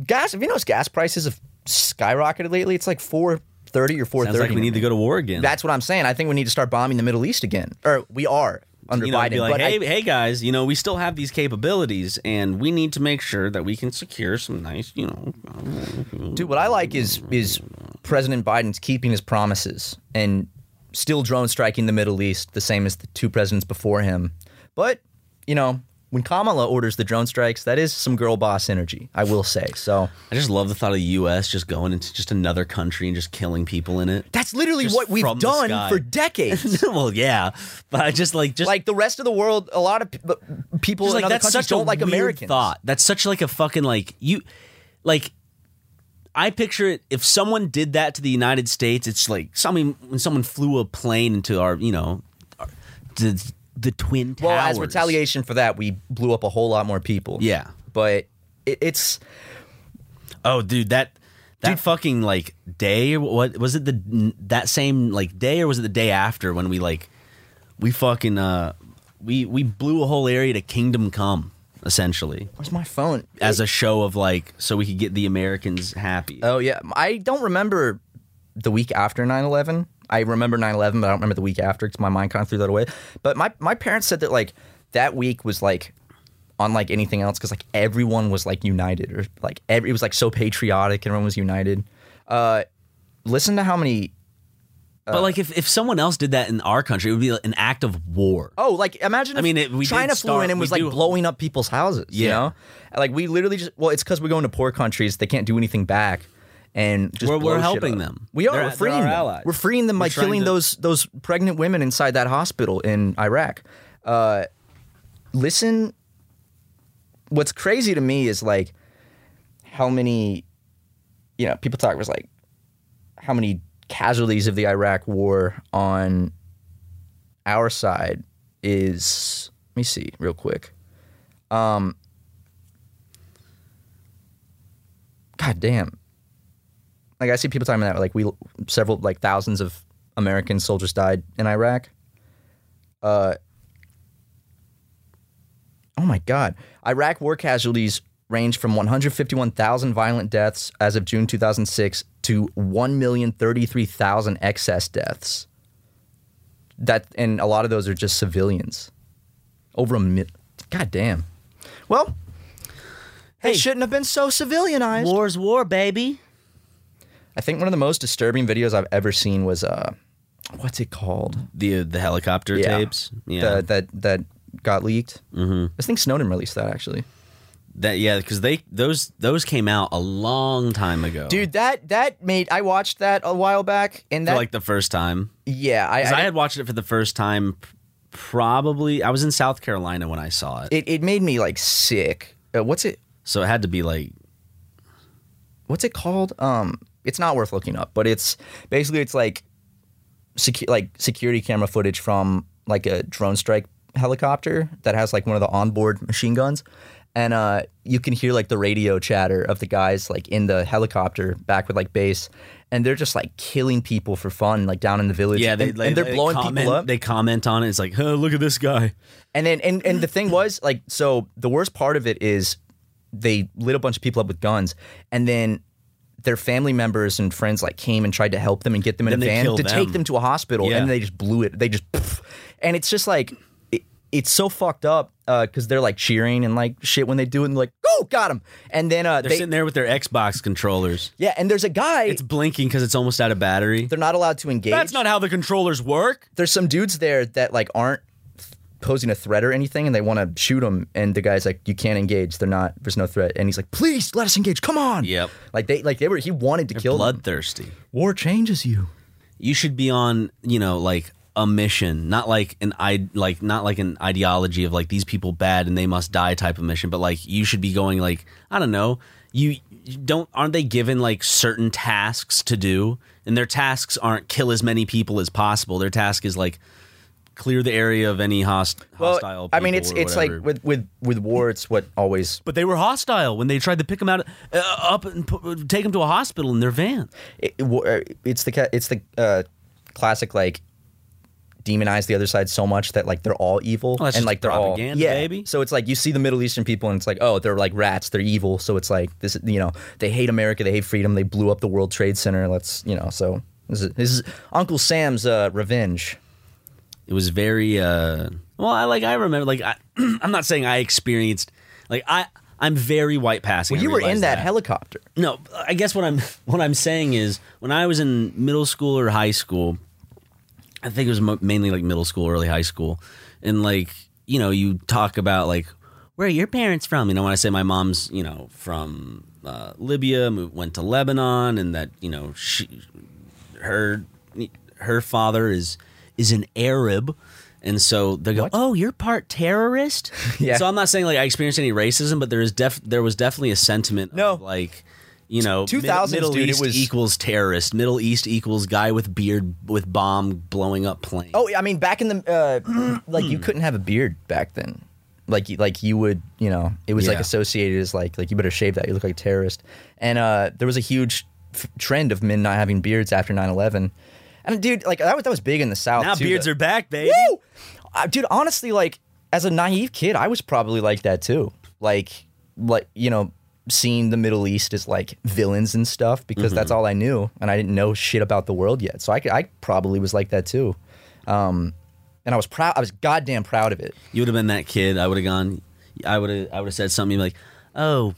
C: gas. Have you noticed gas prices have skyrocketed lately? It's like four thirty or four
B: Sounds
C: thirty.
B: like we need to go to war again.
C: That's what I'm saying. I think we need to start bombing the Middle East again, or we are under
B: you know,
C: Biden.
B: be like,
C: but I-
B: hey, hey guys, you know, we still have these capabilities, and we need to make sure that we can secure some nice, you know,
C: Dude, what I like is is President Biden's keeping his promises and still drone striking the Middle East, the same as the two presidents before him. But you know, when Kamala orders the drone strikes, that is some girl boss energy, I will say. So
B: I just love the thought of the U.S. just going into just another country and just killing people in it.
C: that's literally
B: Just
C: what we've
B: from the sky.
C: done for decades.
B: well, yeah, but I just like just
C: like the rest of the world, a lot of pe- but people
B: just,
C: in
B: like
C: other
B: that's
C: countries
B: such a
C: don't like
B: weird
C: Americans.
B: thought. That's such like a fucking like you, like I picture it. If someone did that to the United States, it's like something when someone flew a plane into our, you know, our, the the twin towers.
C: Well, as retaliation for that, we blew up a whole lot more people.
B: Yeah.
C: but it, it's
B: Oh, dude, that that fucking like day. What was it? The that same like day, or was it the day after when we like we fucking uh we we blew a whole area to Kingdom Come essentially
C: where's my phone?
B: as a show of like so we could get the Americans happy.
C: Oh yeah, I don't remember the week after 9/11. I remember 9/11, but I don't remember the week after because my mind kind of threw that away. But my my parents said that like that week was like unlike anything else because like everyone was like united or like every it was like so patriotic. Everyone was united. Uh, listen to how many.
B: but like if if someone else did that in our country, it would be like, an act of war.
C: Oh, like imagine.
B: I
C: if
B: mean, it- we did
C: China flew
B: start-
C: in and
B: we
C: was like
B: do-
C: blowing up people's houses. You
B: Yeah.
C: know, like we literally just well, it's because we're going to poor countries. They can't do anything back. And just
B: We're- we're
C: blow shit
B: helping
C: up.
B: them.
C: We are.
B: They're-
C: we're
B: they're
C: freeing
B: our
C: them.
B: allies.
C: We're freeing them
B: We're
C: by
B: trying
C: killing
B: to-
C: those those pregnant women inside that hospital in Iraq. Uh, listen, what's crazy to me is like how many, you know, people talk was like how many casualties of the Iraq War on our side is let me see real quick. Um God damn. Like I see people talking about that like we several like thousands of American soldiers died in Iraq. Uh, oh my God. Iraq war casualties range from 151,000 violent deaths as of June 2006 to 1,033,000 excess deaths. That and a lot of those are just civilians. Over a mil- God damn. Well,
B: Hey.
C: they shouldn't have been so civilianized.
B: War's war, baby.
C: I think one of the most disturbing videos I've ever seen was uh, what's it called?
B: The uh, the helicopter tapes. Yeah.
C: The- that that got leaked. Mm-hmm. I think Snowden released that actually.
B: that yeah, because they those those came out a long time ago.
C: Dude, that that made I watched that a while back, and
B: for
C: that
B: like the first time.
C: yeah, I,
B: 'Cause I,
C: I-
B: had watched it for the first time. p- Probably I was in South Carolina when I saw it,
C: it it made me like sick. Uh, what's it
B: so it had to be like
C: what's it called? Um, it's not worth looking up, but it's basically it's like secu- like security camera footage from like a drone strike helicopter that has like one of the onboard machine guns, and uh, you can hear like the radio chatter of the guys like in the helicopter back with like base, and they're just like killing people for fun like down in the village.
B: yeah. They
C: and,
B: like,
C: and they're
B: they
C: blowing
B: comment,
C: people up.
B: They comment on it. It's like, oh, look at this guy.
C: And then and and the thing was like so the worst part of it is they lit a bunch of people up with guns and then their family members and friends like came and tried to help them and get them in
B: Then
C: a
B: they
C: van
B: kill
C: to take
B: them.
C: them to a hospital
B: Yeah.
C: and they just blew it they just poof. and it's just like it, it's so fucked up because they're like cheering and like shit when they do it and like oh got him and then uh
B: They're
C: they
B: sitting there with their Xbox controllers.
C: yeah and there's a guy
B: It's blinking because it's almost out of battery.
C: they're not allowed to engage
B: That's not how the controllers work.
C: there's some dudes there that like aren't th- posing a threat or anything and they want to shoot them and the guy's like you can't engage they're not there's no threat and he's like please let us engage come on
B: Yep.
C: like they like they were he wanted to kill them.
B: Bloodthirsty.
C: war changes you
B: You should be on, you know, like a mission, not like an i like not like an ideology of like these people bad and they must die type of mission, but like you should be going like I don't know. You you don't aren't they given like certain tasks to do? And their tasks aren't kill as many people as possible. Their task is like clear the area of any host, hostile.
C: i mean
B: people
C: it's
B: or
C: it's
B: whatever.
C: like with with with war it's what always
B: but they were hostile when they tried to pick him out uh, up and put, take him to a hospital in their van.
C: it, it- war- it's the ca- it's the uh classic like demonize the other side so much that like they're all evil
B: Oh, that's
C: and
B: just
C: like they're all
B: propaganda,
C: yeah.
B: baby.
C: So it's like you see the Middle Eastern people and it's like oh they're like rats they're evil so it's like this you know they hate America they hate freedom they blew up the World Trade Center let's you know so this is, this is Uncle Sam's uh, revenge.
B: It was very uh well, I like I remember like I I'm not saying I experienced like I I'm very white passing.
C: Well,
B: I
C: you were
B: realize
C: in that, helicopter.
B: no, I guess what I'm what I'm saying is when I was in middle school or high school, I think it was mo- mainly like middle school, early high school, and like you know you talk about like where are your parents from? You know when I say my mom's you know from uh, Libya, moved, went to Lebanon, and that you know she her her father is is an Arab. And so they go, "Oh, you're part terrorist."
C: Yeah.
B: So I'm not saying like I experienced any racism, but there is def there was definitely a sentiment
C: No.
B: of like you know,
C: 2000s,
B: Middle
C: dude, it
B: East
C: was-
B: equals terrorist. Middle East equals guy with beard with bomb blowing up plane.
C: Oh, I mean back in the uh, like you couldn't have a beard back then. Like you- like you would you know it was like
B: Yeah.
C: associated as like like you better shave that you look like a terrorist. And uh, there was a huge f- trend of men not having beards after 9-11. And dude, like that was that was big in the South.
B: now
C: too,
B: beards
C: though.
B: are back, baby.
C: Woo! Uh, dude, honestly, like as a naive kid, I was probably like that too. Like, like you know, seeing the Middle East as like villains and stuff because that's
B: Mm-hmm.
C: all I knew, and I didn't know shit about the world yet. So I, could- I probably was like that too, um, and I was proud. I was goddamn proud of it.
B: You would have been that kid. I would have gone. I would have. I would have said something like, "Oh,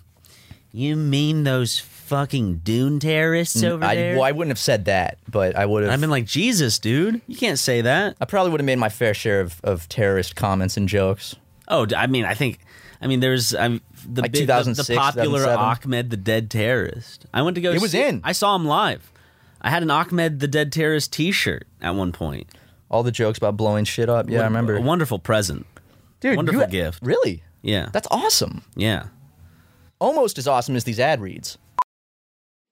B: you mean those fucking Dune terrorists over
C: Mm, I,
B: there?"
C: well, I wouldn't have said that, but I would have.
B: I've been like, "Jesus, dude, you can't say that."
C: I probably would have made my fair share of, of terrorist comments and jokes.
B: Oh, d- I mean, I think, I mean, there's I'm the
C: Like
B: big, the, the
C: 2006,
B: popular
C: 2007.
B: Ahmed the Dead Terrorist. I went to go.
C: It was
B: see-
C: in.
B: I saw him live. I had an Ahmed the Dead Terrorist T-shirt at one point.
C: All the jokes about blowing shit up. Yeah, I remember.
B: A wonderful present.
C: Dude,
B: wonderful
C: you-
B: gift.
C: Really?
B: Yeah.
C: That's awesome.
B: yeah.
C: Almost as awesome as these ad reads.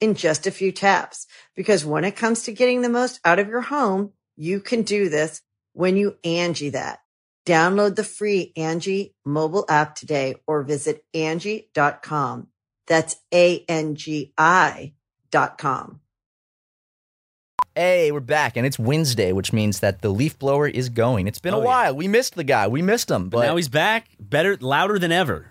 A: in just a few taps. Because when it comes to getting the most out of your home, you can do this when you Angie that. Download the free Angie mobile app today or visit Angie.com. That's A-N-G-I dot com.
C: Hey, we're back, and it's Wednesday, which means that the leaf blower is going. It's been
B: Oh,
C: a
B: yeah.
C: while. We missed the guy. We missed him, but,
B: now he's back, better, louder than ever.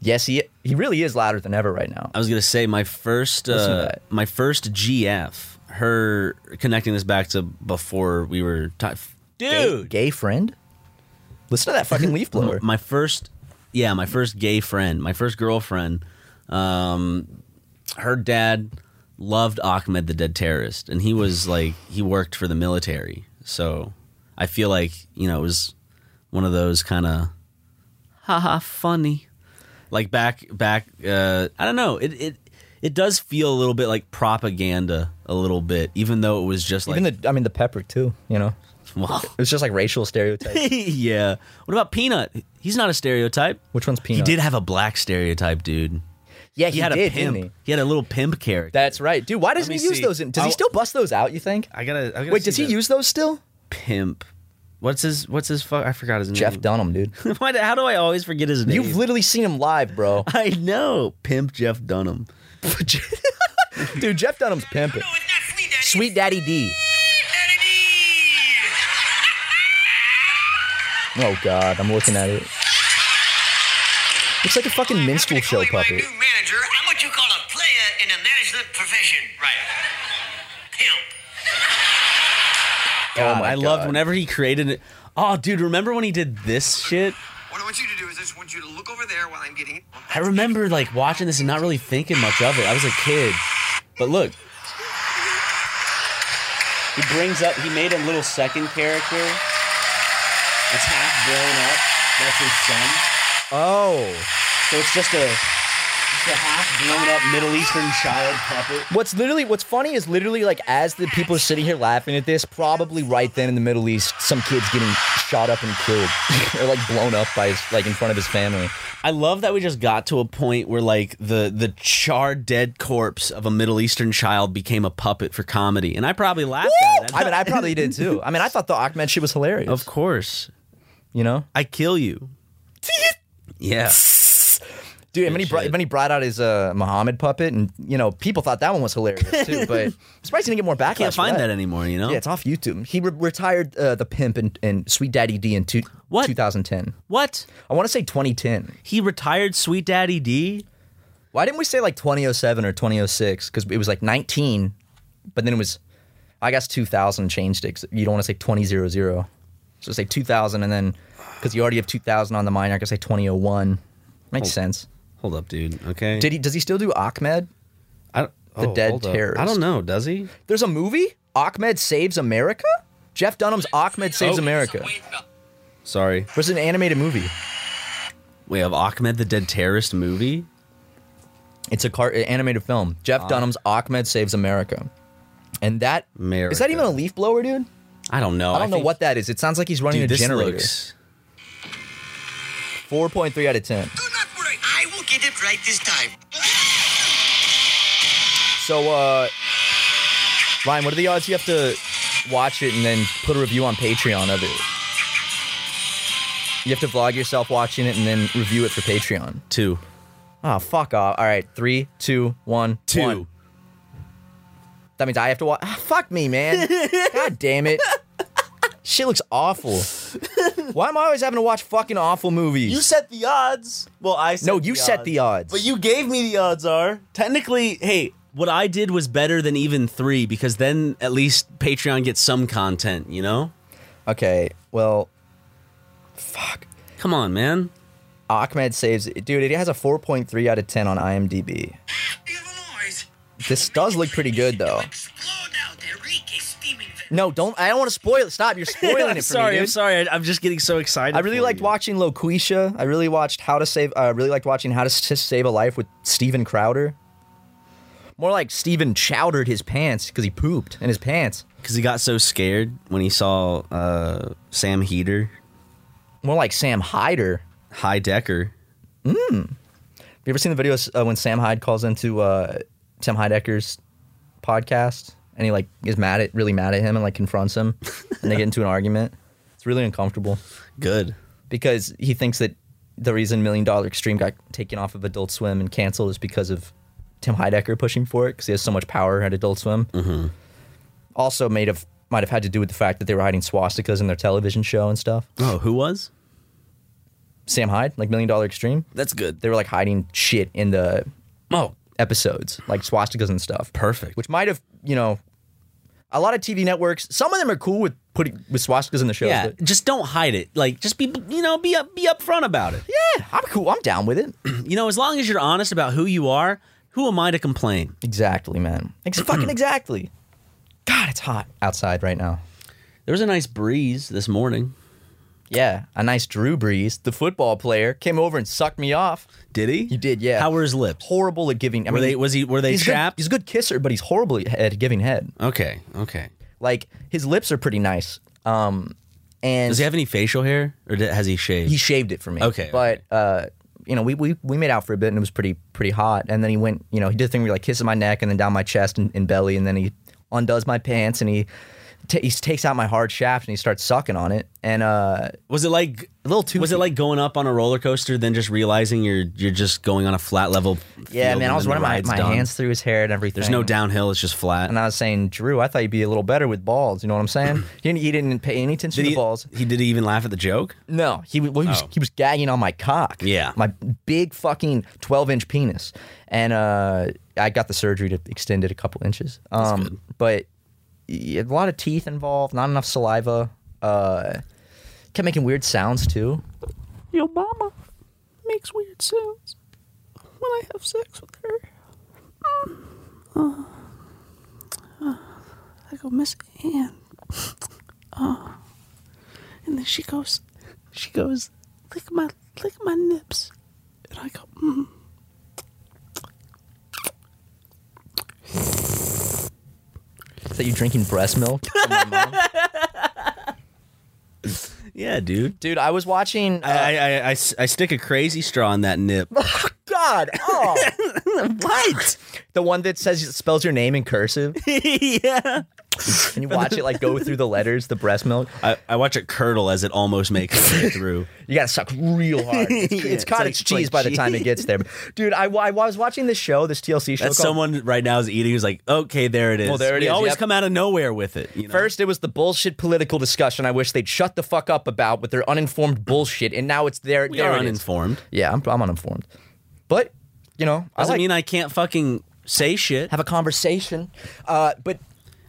C: yes, he he really is louder than ever right now.
B: I was gonna say my first,
C: Listen to
B: uh,
C: that.
B: my first GF. Her connecting this back to before we were, ti-
C: Gay, gay friend. Listen to that fucking leaf blower.
B: my first yeah my first gay friend my first girlfriend um her dad loved ahmed the dead terrorist and he was like he worked for the military so i feel like you know it was one of those kind of haha funny like back back uh i don't know it it it does feel a little bit like propaganda a little bit even though it was just like
C: Even the, I mean, the pepper too. You know,
B: well,
C: it's just like racial stereotypes.
B: yeah what about peanut he's not a stereotype
C: Which one's
B: he
C: peanut?
B: did have a black stereotype, dude.
C: Yeah,
B: He, had
C: did,
B: a
C: didn't
B: pimp.
C: he?
B: He? had a little pimp character.
C: That's right, dude. Why doesn't
B: me
C: he use
B: see.
C: those? In, does he
B: I'll-
C: still bust those out? You think?
B: I gotta. I gotta
C: Wait,
B: see
C: does he
B: that.
C: use those still?
B: pimp? What's his? What's his? Fuck, I forgot his name.
C: Jeff Dunham, dude.
B: Why do- How do I always forget his name?
C: You've literally seen him live, bro.
B: I know, pimp Jeff Dunham.
C: Oh dude, Jeff Dunham's pimping.
D: No, it's not Sweet
C: Sweet Daddy
D: Daddy.
C: D.
D: Sweet Daddy D.
C: Oh God, I'm looking at it. Looks like a fucking minstrel show
D: Calling
C: puppet.
D: My new manager. I'm what you call a player in the management profession. Right. Pimp.
B: God,
C: my
B: I loved
C: God.
B: whenever he created it. Oh, dude, remember when he did this shit?
D: What I want you to do is I just want you to look over there while I'm getting.
B: I remember like watching this and not really thinking much of it. I was a kid, but look, he brings up. He made a little second character. It's half blown up. That's his son.
C: Oh,
B: So it's just a, just a half blown up Middle Eastern child puppet.
C: what's literally what's funny is literally like as the people are sitting here laughing at this, probably right then in the Middle East, some kid's getting shot up and killed or like blown up by his, like in front of his family.
B: I love that we just got to a point where like the the charred dead corpse of a Middle Eastern child became a puppet for comedy, and I probably laughed at that.
C: I mean, I probably did too. I mean, I thought the Ahmed shit was hilarious.
B: of course,
C: you know,
B: I kill you. yeah,
C: dude. And when he,
B: Good
C: brought,
B: shit.
C: when he brought out his uh, Muhammad puppet, and you know, people thought that one was hilarious too. But I'm surprised he didn't get more backlash.
B: can't
C: for
B: find that anymore. You know
C: Yeah, it's off YouTube. He re- retired uh, the pimp and, and Sweet Daddy D in two,
B: What?
C: 2010.
B: what?
C: I want to say 2010.
B: He retired Sweet Daddy D.
C: Why didn't we say like 2007 or 2006? Because it was like 19, but then it was, I guess 2000 changed it. 'cause you don't want to say 2000. So say 2000, and then because you already have 2000 on the mind, I could say 2001. Makes sense.
B: Hold up, dude. Okay,
C: Did he? Does he still do Ahmed?
B: I don't, Oh,
C: the dead
B: hold up.
C: terrorist.
B: I don't know. Does he?
C: There's a movie. Ahmed saves America. Jeff Dunham's Ahmed saves America.
B: Sorry.
C: It was an animated movie.
B: We have Ahmed the Dead Terrorist movie.
C: It's a car- animated film.
B: Ah.
C: Jeff Dunham's Ahmed Saves America. And that is that
B: America.
C: even a leaf blower, dude?
B: I don't know.
C: I don't know
B: think-
C: what that is. It sounds like he's running
B: Dude,
C: a
B: this
C: generator.
B: looks.
C: 4.3 out of 10.
D: Do not worry. I will get it right this time.
C: So uh Ryan, what are the odds you have to watch it and then put a review on Patreon of it? You have to vlog yourself watching it and then review it for Patreon.
B: Two.
C: Oh, fuck off. All right, three, two, one, one. That means I have to watch. fuck me, man. God damn it. Shit looks awful. Why am I always having to watch fucking awful movies?
B: You set the odds. Well, I set
C: no, you set the odds.
B: But you gave me the odds are. Technically, hey, what I did was better than even three because then at least Patreon gets some content, you know?
C: Okay, well, fuck.
B: Come on, man.
C: Ahmed saves it. Dude, it has a 4.3 out of 10 on IMDb.
D: Illinois.
C: This does look pretty good, though.
D: Explode now, the reek is steaming.
C: No, don't. I don't want to spoil it. Stop. You're spoiling it
B: I'm
C: for
B: sorry.
C: me.
B: I'm
C: dude.
B: sorry. I- I'm just getting so excited.
C: I really
B: for
C: liked
B: you.
C: watching Loquisha. I really watched How to Save. I really liked watching How to S- Save a Life with Steven Crowder. More like Steven chowdered his pants because he pooped in his pants.
B: because he got so scared when he saw uh, Sam Heater,
C: More like Sam Hyder.
B: High Decker.
C: Have you ever seen the videos uh, when Sam Hyde calls into uh, Tim Heidecker's podcast and he like is mad at really mad at him and like confronts him and they get into an argument? It's really uncomfortable
B: Good.
C: because he thinks that the reason Million Dollar Extreme got taken off of Adult Swim and canceled is because of Tim Heidecker pushing for it because he has so much power at Adult Swim. Mm-hmm. Also, made of might have had to do with the fact that they were hiding swastikas in their television show and stuff.
B: Oh, who was?
C: Sam Hyde, like Million Dollar Extreme,
B: That's good.
C: they were like hiding shit in the
B: Oh,
C: episodes, like swastikas and stuff.
B: perfect.
C: which might have you know a lot of TV networks. Some of them are cool with putting with swastikas in the shows.
B: yeah,
C: but-
B: just don't hide it. Like, just be you know be up be upfront about it.
C: yeah, I'm cool. I'm down with it.
B: You know, as long as you're honest about who you are, who am I to complain?
C: exactly, man. Ex- fucking exactly. God, it's hot outside right now.
B: There was a nice breeze this morning.
C: Yeah, a nice Drew Brees, the football player, came over and sucked me off.
B: Did he?
C: He did, yeah.
B: How were his lips?
C: Horrible at giving. I
B: Were
C: mean,
B: they? Was he? Were they
C: he's good-
B: chapped?
C: he's a good kisser, but he's horrible at giving head.
B: Okay. Okay.
C: Like his lips are pretty nice. Um, and
B: Does he have any facial hair, or did, has he shaved?
C: he shaved it for me.
B: Okay,
C: But uh, you know, we, we we made out for a bit and it was pretty pretty hot. And then he went, you know, he did the thing where he like kisses my neck and then down my chest and, and belly, and then he undoes my pants and he ta he takes out my hard shaft and he starts sucking on it. And uh,
B: was it like
C: A little too-
B: Was it like going up on a roller coaster, then just realizing you're you're just going on a flat level?
C: yeah,
B: field
C: man, I
B: and
C: was
B: then the
C: running my,
B: ride's
C: my
B: done?
C: hands through his hair and everything.
B: There's no downhill; it's just flat.
C: And I was saying, Drew, I thought you'd be a little better with balls. You know what I'm saying? he, didn't, he didn't pay any attention
B: did
C: to
B: he,
C: balls.
B: he did he even laugh at the joke?
C: No, he, was- well, he was
B: Oh.
C: he was gagging on my cock.
B: Yeah.
C: my big fucking twelve inch penis, and uh, I got the surgery to extend it a couple inches. Um, but y- a lot of teeth involved, not enough saliva. Uh, kept making weird sounds too.
E: Your mama makes weird sounds when I have sex with her. Mm. Uh, uh, I go, Miss Anne. Uh, and then she goes, she goes, lick my, lick my nips. And I go, mm.
C: Is that you drinking breast milk? from my mom?
B: Yeah, dude.
C: Dude, I was watching. Uh,
B: I, I, I- I s- I stick a crazy straw in that nip.
C: God, oh,
B: what?
C: the one that says spells your name in cursive,
B: yeah.
C: and you watch it like go through the letters, the breast milk.
B: I, I watch it curdle as it almost makes its way through.
C: You gotta suck real hard. It's,
B: Yeah,
C: it's
B: it's
C: cottage
B: like- it's
C: cheese
B: like
C: by the
B: cheese.
C: time it gets there. Dude, I, I was watching this show, this TLC show.
B: That's
C: called-
B: someone right now is eating. Who's like, okay, there it is.
C: Well, there it
B: we
C: is,
B: always
C: yep.
B: come out of nowhere with it. You know?
C: First, it was the bullshit political discussion. I wish they'd shut the fuck up about with their uninformed bullshit, and now it's there.
B: we
C: there
B: are
C: it is.
B: uninformed.
C: Yeah, I'm, I'm uninformed, but you know, I
B: Doesn't
C: like
B: mean I can't fucking say shit
C: have a conversation. Uh, but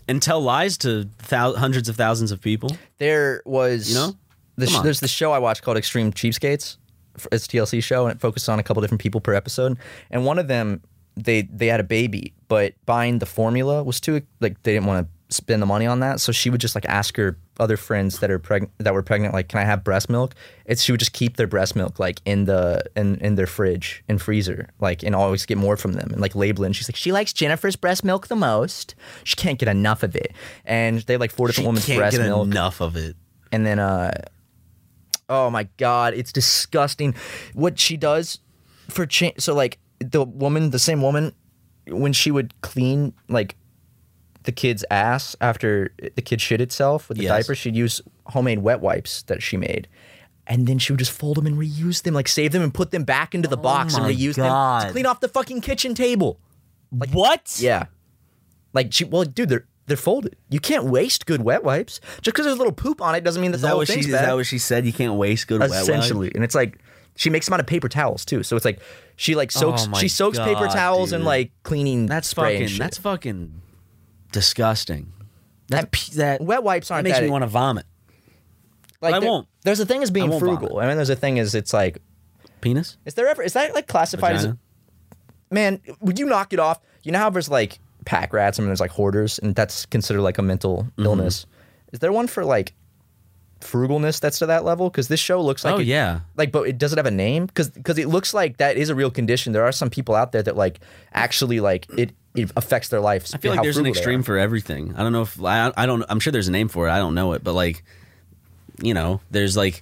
B: and tell lies to thou- hundreds of thousands of people.
C: there was
B: You know?
C: the
B: Come
C: sh-
B: on.
C: there's this show I watch called Extreme Cheapskates. F- It's a TLC show and it focuses on a couple different people per episode. And one of them they they had a baby, but buying the formula was too like they didn't want to spend the money on that. So she would just like ask her other friends that are pregnant that were pregnant like, "Can I have breast milk?" And she would just keep their breast milk like in the in in their fridge and freezer, like and always get more from them and like label it. And she's like, "She likes Jennifer's breast milk the most. She can't get enough of it." And they had, like four different
B: She
C: women's
B: can't
C: breast
B: get
C: milk
B: enough of it.
C: and then uh oh my god it's disgusting what she does for change so like the woman the same woman when she would clean like the kid's ass after the kid shit itself with the
B: Yes.
C: diaper she'd use homemade wet wipes that she made and then she would just fold them and reuse them like save them and put them back into the box and
B: Oh my
C: reuse them
B: God.
C: to clean off the fucking kitchen table
B: what?
C: yeah. Like she, well, dude, they're they're folded. You can't waste good wet wipes. Just because there's a little poop on it doesn't mean that
B: Is
C: the
B: that
C: whole
B: what she?
C: thing's
B: Is
C: bad.
B: that what she said? You can't waste good wet wipes?
C: Essentially, and it's like she makes them out of paper towels too. So it's like she like soaks
B: Oh my
C: she soaks paper
B: God,
C: towels and
B: dude.
C: like cleaning
B: That's
C: spray and
B: fucking.
C: shit.
B: That's fucking disgusting. That p- that
C: wet wipes
B: that
C: aren't
B: makes
C: that- e-
B: me want to vomit.
C: Like
B: I
C: there-
B: won't.
C: There's a thing as being
B: won't
C: frugal. I mean, there's a thing as it's like
B: Penis?
C: is there ever is that like classified
B: Vagina?
C: as man? Would you knock it off? You know how there's like pack rats and there's like hoarders and that's considered like a mental
B: Mm-hmm.
C: illness. Is there one for like frugalness that's to that level? Because this show looks like
B: Oh,
C: it-
B: yeah.
C: like but it doesn't have a name because it looks like that is a real condition. There are some people out there that like actually like it it affects their life.
B: I feel like there's an extreme for everything. I don't know if I, I don't. I'm sure there's a name for it. I don't know it, but like, you know, there's like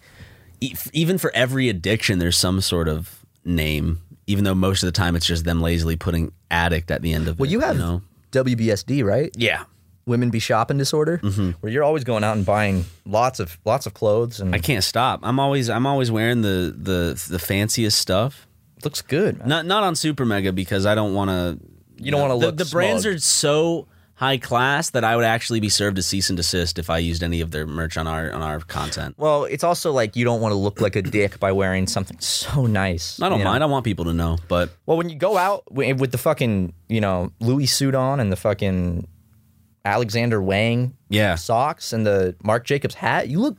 B: e- even for every addiction, there's some sort of name. Even though most of the time it's just them lazily putting addict at the end of
C: Well,
B: it.
C: you have
B: know?
C: WBSD, right?
B: yeah. Mm-hmm.
C: Women be shopping disorder, where you're always going out and buying lots of lots of clothes and
B: I
C: it
B: can't stop. I'm always I'm always wearing the the the fanciest stuff.
C: looks good. Man.
B: Not not on Super Mega because I don't want to.
C: You don't wanna
B: the,
C: look
B: The brands
C: smug.
B: are so high class that I would actually be served a cease and desist if I used any of their merch on our on our content.
C: Well, it's also like you don't want to look like a dick by wearing something so nice.
B: I don't
C: you know?
B: mind. I want people to know, but
C: Well, when you go out wi- with the fucking you know Louis suit on and the fucking Alexander Wang
B: Yeah.
C: socks and the Marc Jacobs hat, you look.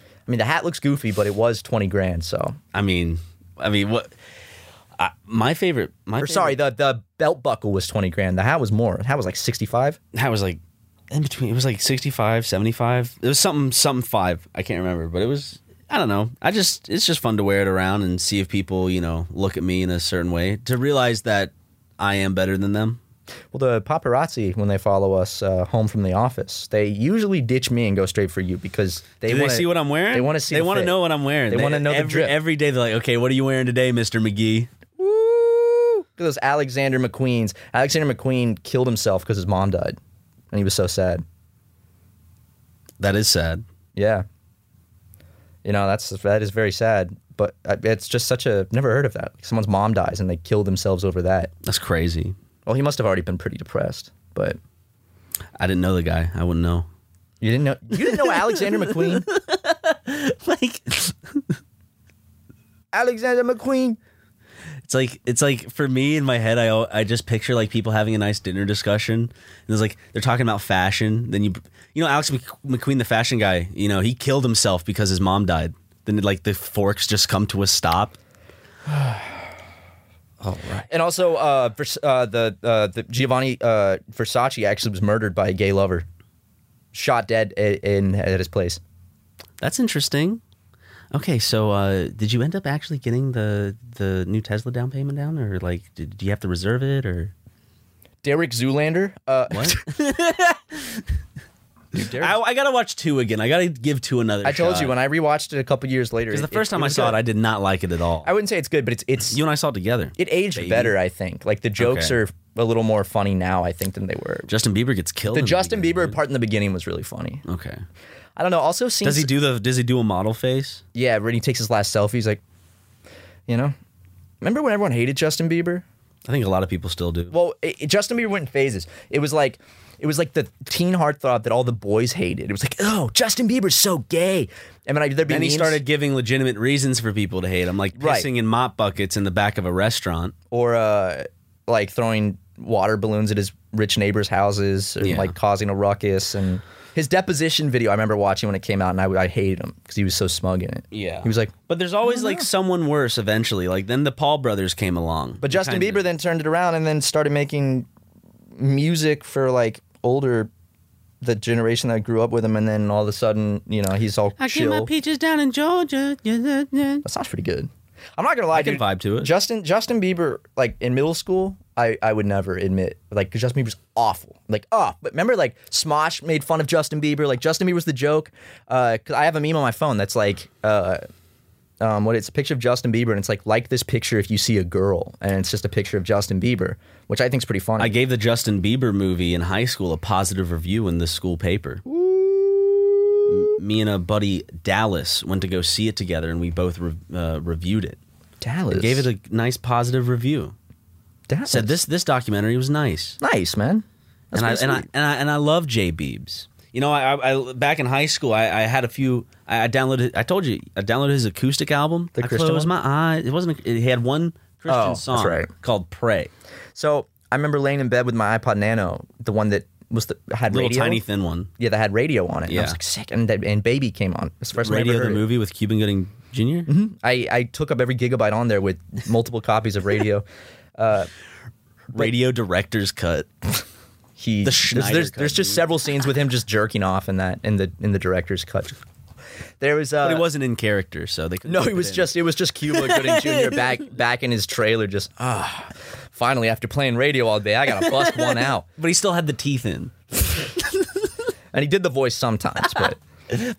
C: I mean, the hat looks goofy, but it was twenty grand. So,
B: I mean, I mean, what? I, my favorite. My
C: or
B: favorite-
C: sorry, the the belt buckle was twenty grand. The hat was more. The hat was like sixty five.
B: that was like in between. It was like 65, 75. It was something, something five. I can't remember, but it was. I don't know. I just it's just fun to wear it around and see if people you know look at me in a certain way to realize that I am better than them.
C: Well, the paparazzi when they follow us uh, home from the office, they usually ditch me and go straight for you because they
B: Do they
C: wanna-
B: see what I'm wearing?
C: They want to see.
B: They
C: the
B: want to
C: fit.
B: know what I'm wearing.
C: They wanna know the
B: every,
C: drip.
B: Every day they're like, "Okay, what are you wearing today, Mister McGee?"
C: Woo! Look at those Alexander McQueen's. Alexander McQueen killed himself because his mom died, and he was so sad.
B: That is sad.
C: Yeah, you know that's that is very sad. But uh, it's just such a never heard of that. Like, someone's mom dies and they kill themselves over that.
B: That's crazy.
C: Well, he must have already been pretty depressed. But
B: I didn't know the guy. I wouldn't know.
C: you didn't know you didn't know Alexander McQueen.
B: Like
C: Alexander McQueen.
B: It's like it's like for me in my head, I al- I just picture like people having a nice dinner discussion, and it's like they're talking about fashion. Then you you know Alex Mc- McQueen, the fashion guy, you know he killed himself because his mom died. Then like the forks just come to a stop.
C: And also, uh, Vers- uh, the uh, the Giovanni uh, Versace actually was murdered by a gay lover, shot dead i- in at his place.
B: That's interesting. Okay, so uh, did you end up actually getting the the new Tesla down payment down, or like did, do you have to reserve it, or
C: Derek Zoolander. Uh,
B: what?
C: Dude, Derek-
B: I, I gotta watch two again. I gotta give two another.
C: I told you when I rewatched it a couple years later.
B: because the first time I saw it, I did not like it at all.
C: I wouldn't say it's good, but it's it's
B: you and I saw it together.
C: it aged
B: baby.
C: better. I think like the jokes
B: Okay.
C: are a little more funny now. I think than they were.
B: Justin Bieber gets killed.
C: The
B: in
C: Justin
B: beginning,
C: Bieber part in the beginning was really funny.
B: dude. Okay.
C: I don't know. Also, scenes,
B: Does he do the? Does he do a model face?
C: Yeah, when he takes his last selfie, he's like, you know, remember when everyone hated Justin Bieber?
B: I think a lot of people still do.
C: Well, it, it- Justin Bieber went in phases. It was like it was like the teen heartthrob that all the boys hated. It was like, oh, Justin Bieber's so gay. And then I there'd be
B: and he
C: memes-
B: started giving legitimate reasons for people to hate him, like pissing
C: Right.
B: in mop buckets in the back of a restaurant.
C: or uh, like throwing water balloons at his rich neighbors' houses and
B: Yeah.
C: like causing a ruckus. And his deposition video, I remember watching when it came out, and I, I hated him because he was so smug in it. he was like.
B: but there's always like someone worse eventually. Like then the Paul brothers came along.
C: But Justin
B: Kinda.
C: Bieber then turned it around and then started making music for like older. The generation that grew up with him, and then all of a sudden, you know, he's all chill.
B: peaches down in Georgia.
C: That sounds pretty good. I'm not gonna lie, I
B: can vibe to it.
C: Justin Justin Bieber, like in middle school, I, I would never admit like 'cause Justin Bieber's awful. Like oh, but remember like Smosh made fun of Justin Bieber. Like Justin Bieber was the joke. Uh, 'cause I have a meme on my phone that's like uh, um, what it's a picture of Justin Bieber and it's like like this picture if you see a girl and it's just a picture of Justin Bieber, which I think's pretty funny.
B: I gave the Justin Bieber movie in high school a positive review in the school paper. M- Me and a buddy Dallas went to go see it together, and we both re- uh, reviewed it.
C: Dallas
B: Gave it a nice positive review.
C: Dallas.
B: Said this this documentary was nice,
C: nice man. That's
B: and I,
C: pretty
B: and I
C: sweet.
B: and I and I love J Beebs. You know, I, I, I back in high school, I, I had a few. I, I downloaded. I told you, I downloaded his acoustic album.
C: The
B: I
C: Christian
B: closed
C: one?
B: my eyes. It wasn't. a- It had one Christian
C: Oh, that's
B: song
C: right.
B: called "Pray."
C: So I remember laying in bed with my iPod Nano, the one that was the had
B: Little
C: radio.
B: tiny thin one.
C: yeah, that had radio on it. And I
B: Yeah.
C: was like sick, and that, and Baby came on. It's the first time I ever
B: Radio the
C: heard it. Mm-hmm.
B: movie with Cuban Gooding junior
C: I I took up every gigabyte on there with multiple copies of radio.
B: Radio director's cut.
C: Uh, He
B: The
C: there's-
B: Schneider
C: there's
B: cut,
C: there's just
B: dude.
C: several scenes with him just jerking off in that in the in the director's cut. There was uh,
B: But it wasn't in character, so they couldn't
C: No,
B: keep
C: it was
B: in.
C: just it was just Cuba Gooding Jr. back back in his trailer, just ah. Finally, after playing radio all day, I gotta bust one out.
B: But he still had the teeth in.
C: And he did the voice sometimes, but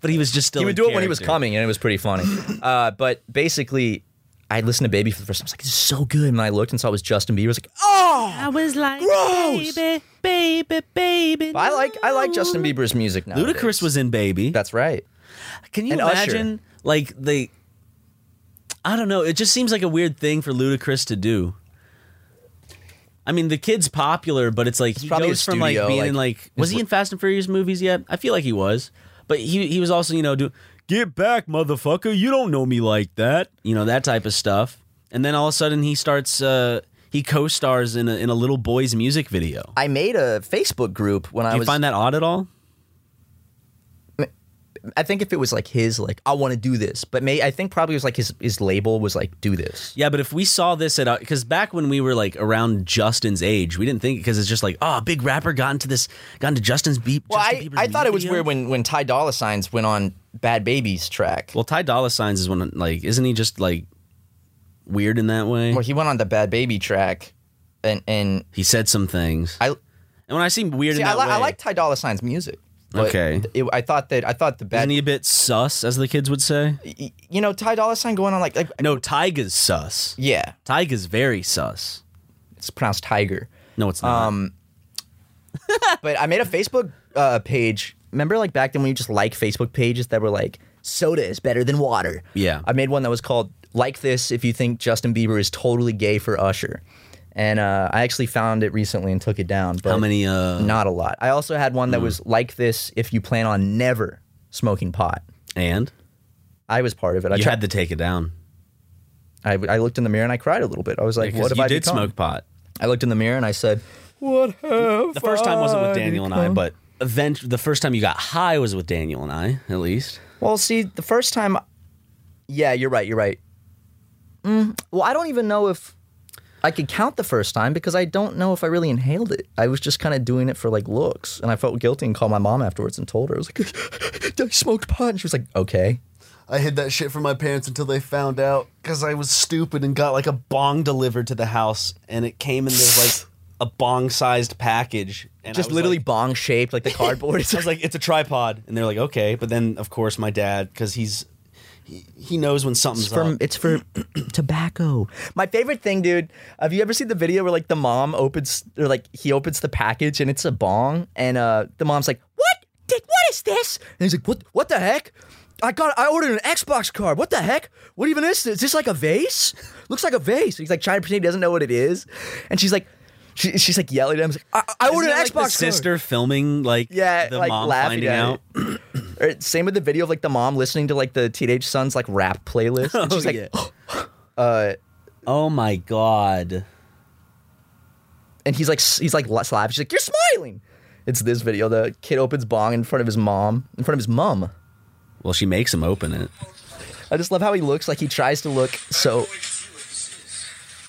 B: But he was just still.
C: he would
B: in
C: do it when he was
B: character.
C: coming, and it was pretty funny. Uh, but basically, I listened to Baby for the first time. I was like, "This is so good." And I looked and saw it was Justin Bieber. I was like, "Oh,
E: I was like,
C: Gross!
E: baby, baby, baby.
C: I like I like Justin Bieber's music now."
B: Ludacris was in Baby.
C: That's right.
B: Can you
C: and Usher.
B: imagine? Like they. I don't know. It just seems like a weird thing for Ludacris to do. I mean, the kid's popular, but it's like he
C: probably
B: goes
C: a
B: from like
C: studio,
B: being
C: like,
B: in like was he in Fast and Furious movies yet? I feel like he was, but he he was also you know doing get back motherfucker, you don't know me like that, you know that type of stuff. And then all of a sudden he starts uh he co-stars in a in a little boy's music video. Do
C: I made a Facebook group when I
B: you
C: was.
B: find that odd at all?
C: I think if it was like his, like I want to do this, but may I think probably it was like his his label was like do this.
B: Yeah, but if we saw this at because back when we were like around Justin's age, we didn't think because it's just like oh, a big rapper got into this, got into Justin's beat.
C: Well, I,
B: Justin Bieber's
C: I thought it
B: music
C: was
B: video.
C: weird when, when Ty Dolla Signs went on Bad Baby's track. Well,
B: Well, Ty Dolla Signs is when like isn't he just like weird in that way?
C: he went on the Bad Baby track, and and
B: He said some things,
C: I
B: and when I see weird
C: see
B: in
C: I,
B: that
C: li-
B: way,
C: I like Ty Dolla Signs' music. but
B: Okay.
C: it- I thought that I thought the
B: isn't
C: bad
B: he a bit sus, as the kids would say?
C: y- you know Ty Dolla Sign going on like like
B: No, Tyga's sus.
C: yeah
B: Tyga's very sus.
C: it's pronounced Tiger.
B: No, it's
C: Um,
B: not.
C: but I made a Facebook uh, page. Remember, like back then when you just like Facebook pages that were like soda is better than water.
B: Yeah.
C: I made one that was called "Like This If You Think Justin Bieber Is Totally Gay for Usher," and uh, I actually found it recently and took it down. But
B: How many? Hmm. Uh,
C: Not a lot. I also had one that was "Like This If You Plan on Never Smoking Pot."
B: and
C: I was part of it. I
B: you
C: tried-
B: had to take it down.
C: I, I looked in the mirror and I cried a little bit. I was like,
B: Because
C: "What have
B: you
C: I
B: did
C: become?
B: smoke pot.
C: I looked in the mirror and I said, "What have
B: The first time wasn't
C: I
B: with Daniel and I,
C: become?"
B: but event the first time you got high was with Daniel and I, at least.
C: Well, see, the first time, yeah, you're right. You're right. Mm, well, I don't even know if I could count the first time because I don't know if I really inhaled it. I was just kind of doing it for like looks, and I felt guilty and called my mom afterwards and told her. I was like, I smoked pot, and she was like, okay.
F: I hid that shit from my parents until they found out because I was stupid and got like a bong delivered to the house, and it came in this like a bong-sized package. And I
C: Just
F: was
C: literally
F: like-
C: bong shaped like the cardboard.
F: I was like, it's a tripod, and they're like, okay. But then, of course, my dad, because he's he, he knows when something's
C: It's for,
F: up.
C: it's for tobacco. My favorite thing, dude. Have you ever seen the video where like the mom opens or like he opens the package and it's a bong and uh the mom's like, "What? Did what is this?" And he's like, "What? What the heck? I got I ordered an Xbox card. What the heck? What even is this? Is this like a vase? Looks like a vase." He's like trying to pretend he doesn't know what it is, and she's like, she, she's like yelling at him. She's like, I, I ordered
B: Isn't
C: an
B: that, like
C: Xbox
B: the
C: card.
B: sister filming like
C: Yeah,
B: the
C: like
B: mom
C: laughing
B: finding
C: at
B: out.
C: Or same with the video of like the mom listening to like the teenage son's like rap playlist. And she's like,
B: yeah. oh my god.
C: and he's like he's like laughing. She's like, "You're smiling." It's this video. The kid opens bong in front of his mom, in front of his mum.
B: Well, she makes him open it.
C: I just love how he looks. Like he tries to look so.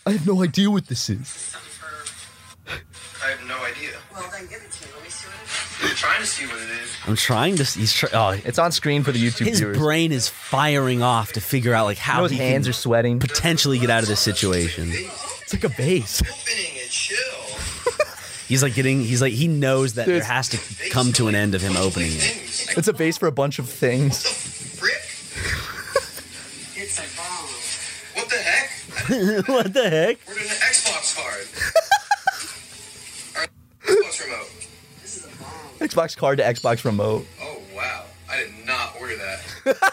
C: I have no idea what this is.
D: I have no idea.
G: Well, then give it to me. Let me see what it is.
D: I'm trying to see what it is.
B: I'm trying to. He's try, oh,
C: It's on screen for the YouTube
B: his
C: viewers.
B: brain is firing off to figure out like
C: You know
B: how
C: his
B: he
C: hands
B: can
C: are sweating.
B: potentially get out of this situation.
C: It's like a vase.
D: Opening it, chill.
B: He's like getting. He's like he knows that there
C: There's-
B: has to come to an end of him opening it.
D: Things.
C: It's a vase for a bunch of things.
D: Frick?
G: It's a bomb.
D: What the heck?
B: what the heck?
D: We're doing an Xbox card. Our Xbox remote.
G: This is a bomb.
C: Xbox card to Xbox remote.
D: Oh wow. I did not order that.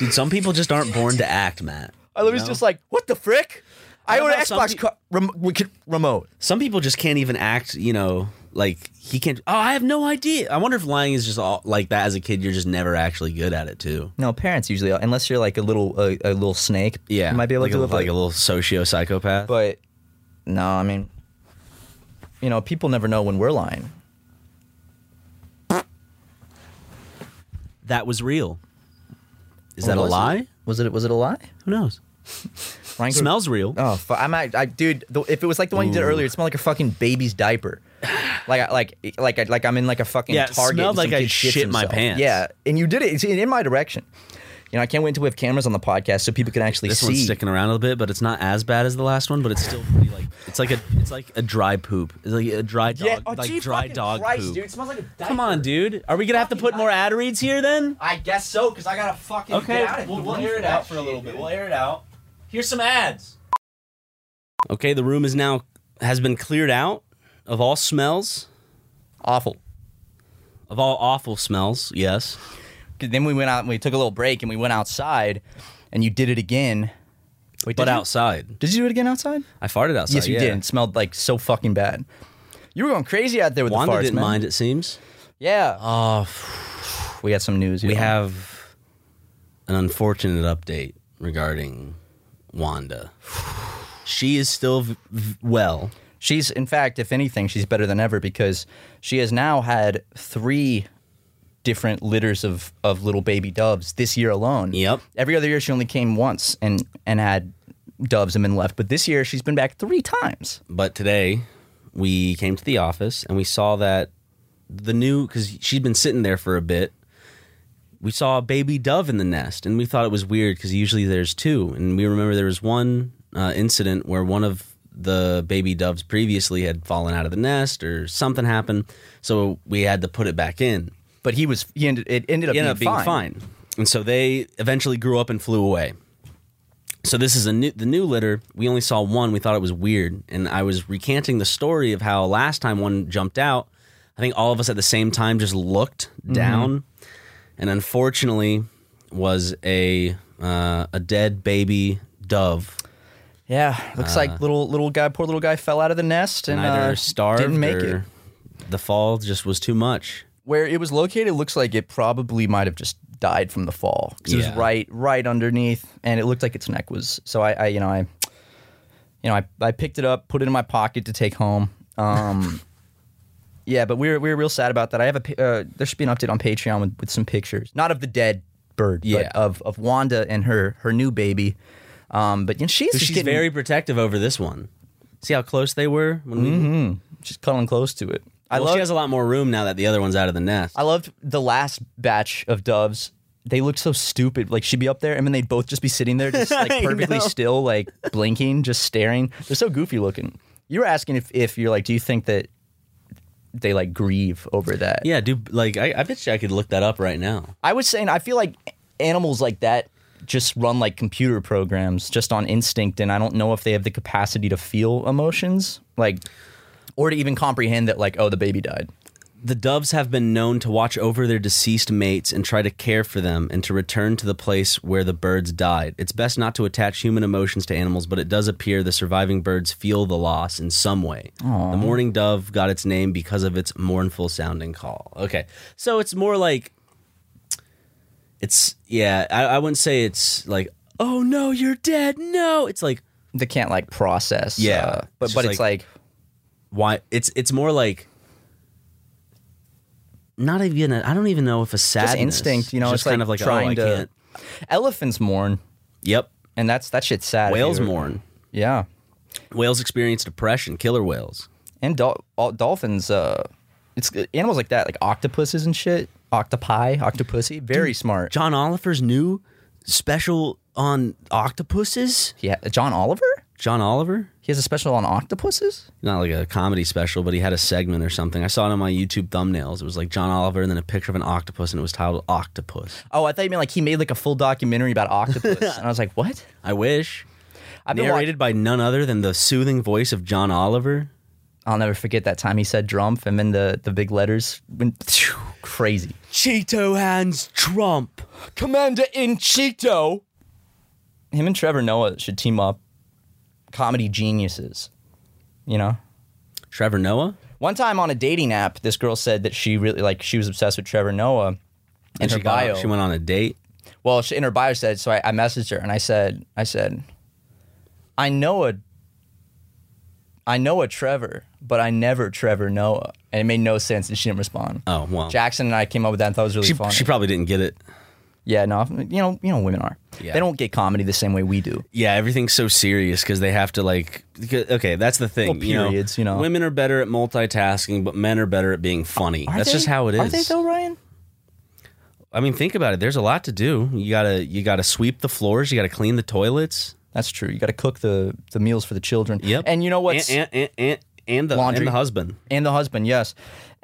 B: Dude, some people just aren't born to act, Matt.
C: I love. He's just like, "What the frick? I
B: What
C: own an
B: about some
C: Xbox
B: pe-
C: car- rem- we could- remote."
B: Some people just can't even act, you know, like he can't. Oh, I have no idea. I wonder if lying is just all like that as a kid. You're just never actually good at it, too.
C: No, parents usually, uh, unless you're like a little a, a little snake.
B: Yeah.
C: you might be able
B: like
C: to
B: a,
C: do it,
B: like
C: but-
B: a little socio psychopath.
C: But no, I mean, you know, people never know when we're lying.
B: That was real. Is
C: Or
B: that a
C: Oh, was it?
B: lie?
C: Was it? Was it a lie?
B: Who knows?
C: Ryan Gro-
B: Smells real.
C: Oh, fu- I'm act- I, dude. The, if it was like the one you did earlier, it smelled like a fucking baby's diaper. Like, I- like, e, like, I- like I'm in like a fucking
B: Yeah, it
C: Target.
B: smelled
C: and some
B: like I
C: kid shits
B: shit my
C: himself.
B: pants.
C: Yeah, and you did it it's in in my direction. You know, I can't wait until we have cameras on the podcast so people can actually
B: This
C: see.
B: one's sticking around a little bit, but it's not as bad as the last one. But it's still pretty like it's like a it's like a dry poop. It's like a dry dog,
C: yeah, oh,
B: like
C: gee,
B: dry
C: fucking
B: dog
C: Christ,
B: poop.
C: dude. It smells like a diaper.
B: Come on, dude. Are we gonna have to put more ad reads here then?
C: I guess so, cause I gotta fucking
B: Okay,
C: Get out of
B: we'll,
C: the
B: we'll
C: room
B: air it
C: that
B: out for a
C: shit,
B: little bit.
C: dude.
B: We'll air it out. Here's some ads. Okay, the room is now has been cleared out of all smells,
C: Awful.
B: of all awful smells. Yes.
C: 'Cause Then we went out and we took a little break and we went outside, and you did it again. Wait,
B: But
C: did you-
B: outside,
C: Did you do it again outside?
B: I farted outside.
C: Yes, you
B: yeah.
C: did. It smelled like so fucking bad. You were going crazy out there with
B: Wanda
C: the farts,
B: didn't
C: man.
B: mind. It seems
C: Yeah. Oh, we got some news.
B: we
C: y'all.
B: have an unfortunate update regarding Wanda. She is still v- v- well.
C: She's, in fact, if anything, she's better than ever because she has now had three different litters of, of little baby doves this year alone.
B: Yep.
C: Every other year, she only came once and and had doves and been left. But this year, she's been back three times.
B: but today we came to the office and we saw that the new because she'd been sitting there for a bit we saw a baby dove in the nest and we thought it was weird because usually there's two and we remember there was one uh, incident where one of the baby doves previously had fallen out of the nest or something happened so we had to put it back in
C: But he was he ended it ended up,
B: it
C: being,
B: ended up being fine. And so they eventually grew up and flew away. So this is a new the new litter. We only saw one. We thought it was weird, and I was recanting the story of how last time one jumped out. I think all of us at the same time just looked
C: Mm-hmm.
B: down, and unfortunately, was a uh, a dead baby dove.
C: Yeah, looks like little little guy, poor little guy, fell out of the nest and
B: Uh. Neither
C: uh,
B: starved
C: didn't make
B: or
C: it.
B: the fall just was too much.
C: where it was located looks like it probably might have just died from the fall 'Cause it
B: Yeah.
C: was right right underneath and it looked like its neck was so I, I you know I you know I, I picked it up put it in my pocket to take home um yeah but we were we were real sad about that I have a pi- uh, there should be an update on Patreon with, with some pictures not of the dead bird
B: Yeah.
C: but of of Wanda and her her new baby um but you know, she's
B: So
C: just
B: she's
C: getting-
B: very protective over this one. See how close they were when we
C: she's cuddling close to it I
B: well,
C: love
B: she has a lot more room now that the other one's out of the nest.
C: I loved the last batch of doves. They looked so stupid. Like she'd be up there, and then they'd both just be sitting there, just
B: I
C: like perfectly
B: know.
C: still, like blinking, just staring. They're so goofy looking. You were asking if, if you're like, do you think that they like grieve over that?
B: yeah, dude. Like, I, I bet you I could look that up right now.
C: I was saying, I feel like animals like that just run like computer programs, just on instinct, and I don't know if they have the capacity to feel emotions, like, or to even comprehend that, like, oh, the baby died.
B: The doves have been known to watch over their deceased mates and try to care for them and to return to the place where the birds died. It's best not to attach human emotions to animals, but it does appear the surviving birds feel the loss in some way. The mourning dove got its name because of its mournful sounding call. Okay. So it's more like it's yeah, I, I wouldn't say it's like, oh no, you're dead. No. It's like
C: They can't like process.
B: Yeah.
C: uh, but
B: It's
C: but
B: just
C: it's
B: like-
C: like
B: why it's it's more like not even I I don't even know if a sadness
C: just instinct. You know,
B: just
C: it's like
B: kind of like
C: trying
B: oh, I
C: to.
B: can't.
C: Elephants mourn,
B: Yep,
C: and that's that shit's sad. if
B: whales
C: you-
B: mourn.
C: Yeah,
B: Whales experience depression. Killer whales.
C: and dol- all, dolphins. Uh, it's animals like that, like octopuses and shit. Octopi, octopussy, very smart.
B: John Oliver's new special on octopuses.
C: yeah, John Oliver.
B: John Oliver,
C: He has a special on octopuses.
B: not like a comedy special, but he had a segment or something. I saw it on my YouTube thumbnails. It was like John Oliver and then a picture of an octopus, and it was titled Octopus.
C: Oh, I thought you meant like he made like a full documentary about octopus, and I was like, what?
B: I wish.
C: I've been wa-
B: Narrated by none other than the soothing voice of John Oliver.
C: I'll never forget that time he said "drumpf" and then the the big letters went crazy.
B: Cheeto hands Trump.
C: Commander in Cheeto. Him and Trevor Noah should team up. Comedy geniuses, you know.
B: Trevor Noah.
C: One time on a dating app, this girl said that she really like she was obsessed with Trevor Noah, and, her
B: she got-
C: bio.
B: she went on a date.
C: well, she, in her bio said. So I, I messaged her and I said, I said, I know a, I know a Trevor, but I never Trevor Noah. And it made no sense and she didn't respond.
B: Oh, wow.
C: Jackson and I came up with that and thought it was really
B: She,
C: funny.
B: she probably didn't get it.
C: yeah, no, you know, you know women are.
B: Yeah.
C: They don't get comedy the same way we do.
B: Yeah, everything's so serious because they have to like. 'cause- Okay, that's the thing.
C: Well,
B: you know,
C: periods, you know.
B: women are better at multitasking, but men are better at being funny.
C: Are
B: that's just
C: they?
B: how it is.
C: Are they though, Ryan?
B: I mean, think about it. There's a lot to do. You gotta you gotta sweep the floors. You gotta clean the toilets.
C: That's true. You got to cook the the meals for the children.
B: Yep.
C: And you know what?
B: And and and, and, and the
C: Laundry.
B: and the husband.
C: and the husband, yes.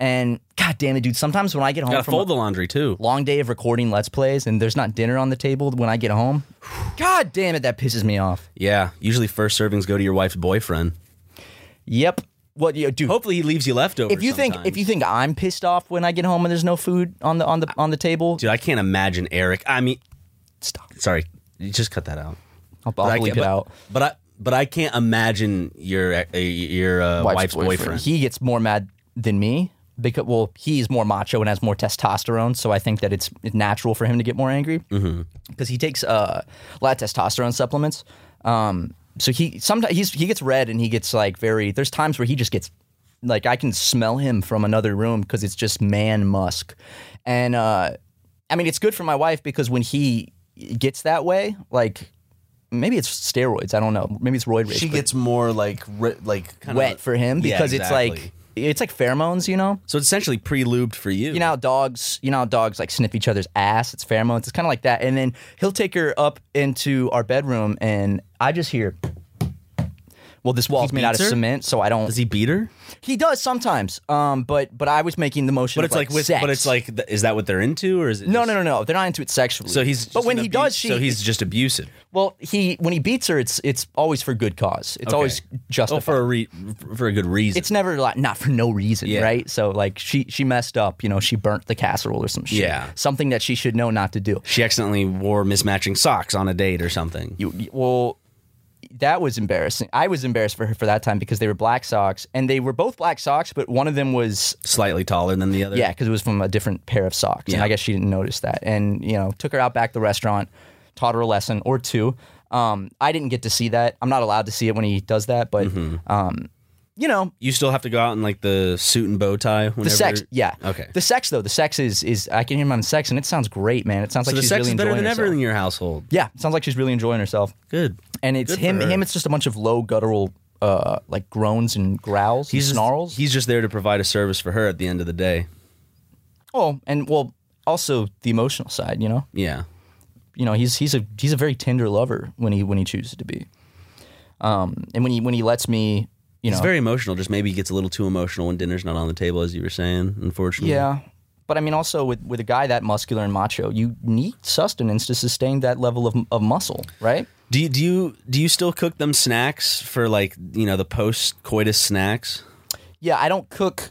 C: And god damn it, dude. Sometimes when I get home
B: Gotta
C: from
B: fold
C: a
B: the laundry too.
C: long day of recording Let's Plays and there's not dinner on the table when I get home, god damn it, that pisses me off.
B: Yeah. Usually, first servings go to your wife's boyfriend.
C: Yep. What you dude?
B: Hopefully, he leaves you leftovers.
C: if you think if
B: sometimes.
C: you think I'm pissed off when I get home and there's no food on the on the on the table,
B: dude, I can't imagine Eric. I mean,
C: stop.
B: sorry, you just cut that out.
C: I'll,
B: But I
C: I'll
B: can't-
C: bleep it
B: but-
C: out.
B: But I but I can't imagine your uh, your uh, wife's, boyfriend.
C: He gets more mad than me because well, he's more macho and has more testosterone, so I think that it's it's natural for him to get more angry because he takes uh, a lot of testosterone supplements. Um, so he sometimes he's he gets red and he gets like very. There's times where he just gets like I can smell him from another room because it's just man musk, and uh, I mean it's good for my wife because when he gets that way, like. Maybe it's steroids. I don't know. Maybe it's roid rage.
F: She
C: but-
F: gets more like ri- like
C: wet for him
B: Yeah,
C: because it's
B: exactly.
C: like it's like pheromones, you know.
B: so it's essentially pre lubed for you.
C: You know, how dogs. You know, how dogs like sniff each other's ass. It's pheromones. It's kind of like that. And then he'll take her up into our bedroom, and I just hear. Well, this wall's made out of
B: beats her?
C: cement, so I don't.
B: does he beat her?
C: he does sometimes, um, but but I was making the motion.
B: But
C: of,
B: it's like, with,
C: sex.
B: but it's like, th- is that what they're into, or is it?
C: No,
B: just-
C: no, no, no. They're not into it sexually.
B: So he's
C: But
B: just
C: when
B: an
C: he
B: abu-
C: does, she.
B: so he's just abusive.
C: well. He when he beats her, it's it's always for good cause. It's
B: Okay.
C: always justified.
B: Oh, for a re- for a good reason.
C: it's never like not for no reason,
B: Yeah.
C: right? So like she she messed up, you know, she burnt the casserole or some shit.
B: Yeah.
C: Something that she should know not to do.
B: she accidentally wore mismatching socks on a date or something.
C: You, you- well that was embarrassing. I was embarrassed for her for that time because they were black socks and they were both black socks, but one of them was
B: Slightly taller than the other.
C: yeah, because it was from a different pair of socks. And
B: Yeah.
C: I guess she didn't notice that. And, you know, took her out back to the restaurant, taught her a lesson or two. Um, I didn't get to see that. I'm not allowed to see it when he does that, but
B: Mm-hmm.
C: um, you know,
B: You still have to go out in like the suit and bow tie. Whenever,
C: The sex, yeah.
B: Okay.
C: The sex though, the sex is is I can hear him on sex, and it sounds great, man. It sounds
B: so
C: like
B: the
C: she's
B: sex
C: really
B: is better
C: enjoying
B: than ever
C: herself.
B: in your household.
C: Yeah, sounds like she's really enjoying herself.
B: Good.
C: And it's
B: Good for
C: him.
B: her.
C: Him. It's just a bunch of low guttural, uh, like groans and growls,
B: He's just-
C: and snarls.
B: he's just there to provide a service for her at the end of the day.
C: oh, and well, also the emotional side. You know,
B: Yeah.
C: you know, he's he's a he's a very tender lover when he when he chooses to be, um, and when he when he lets me, you know,
B: He's very emotional. Just maybe he gets a little too emotional when dinner's not on the table, as you were saying. Unfortunately,
C: Yeah. But I mean, also with, with a guy that muscular and macho, you need sustenance to sustain that level of, of muscle, right?
B: Do you, do you do you still cook them snacks for like you know the post coitus snacks?
C: Yeah, I don't cook.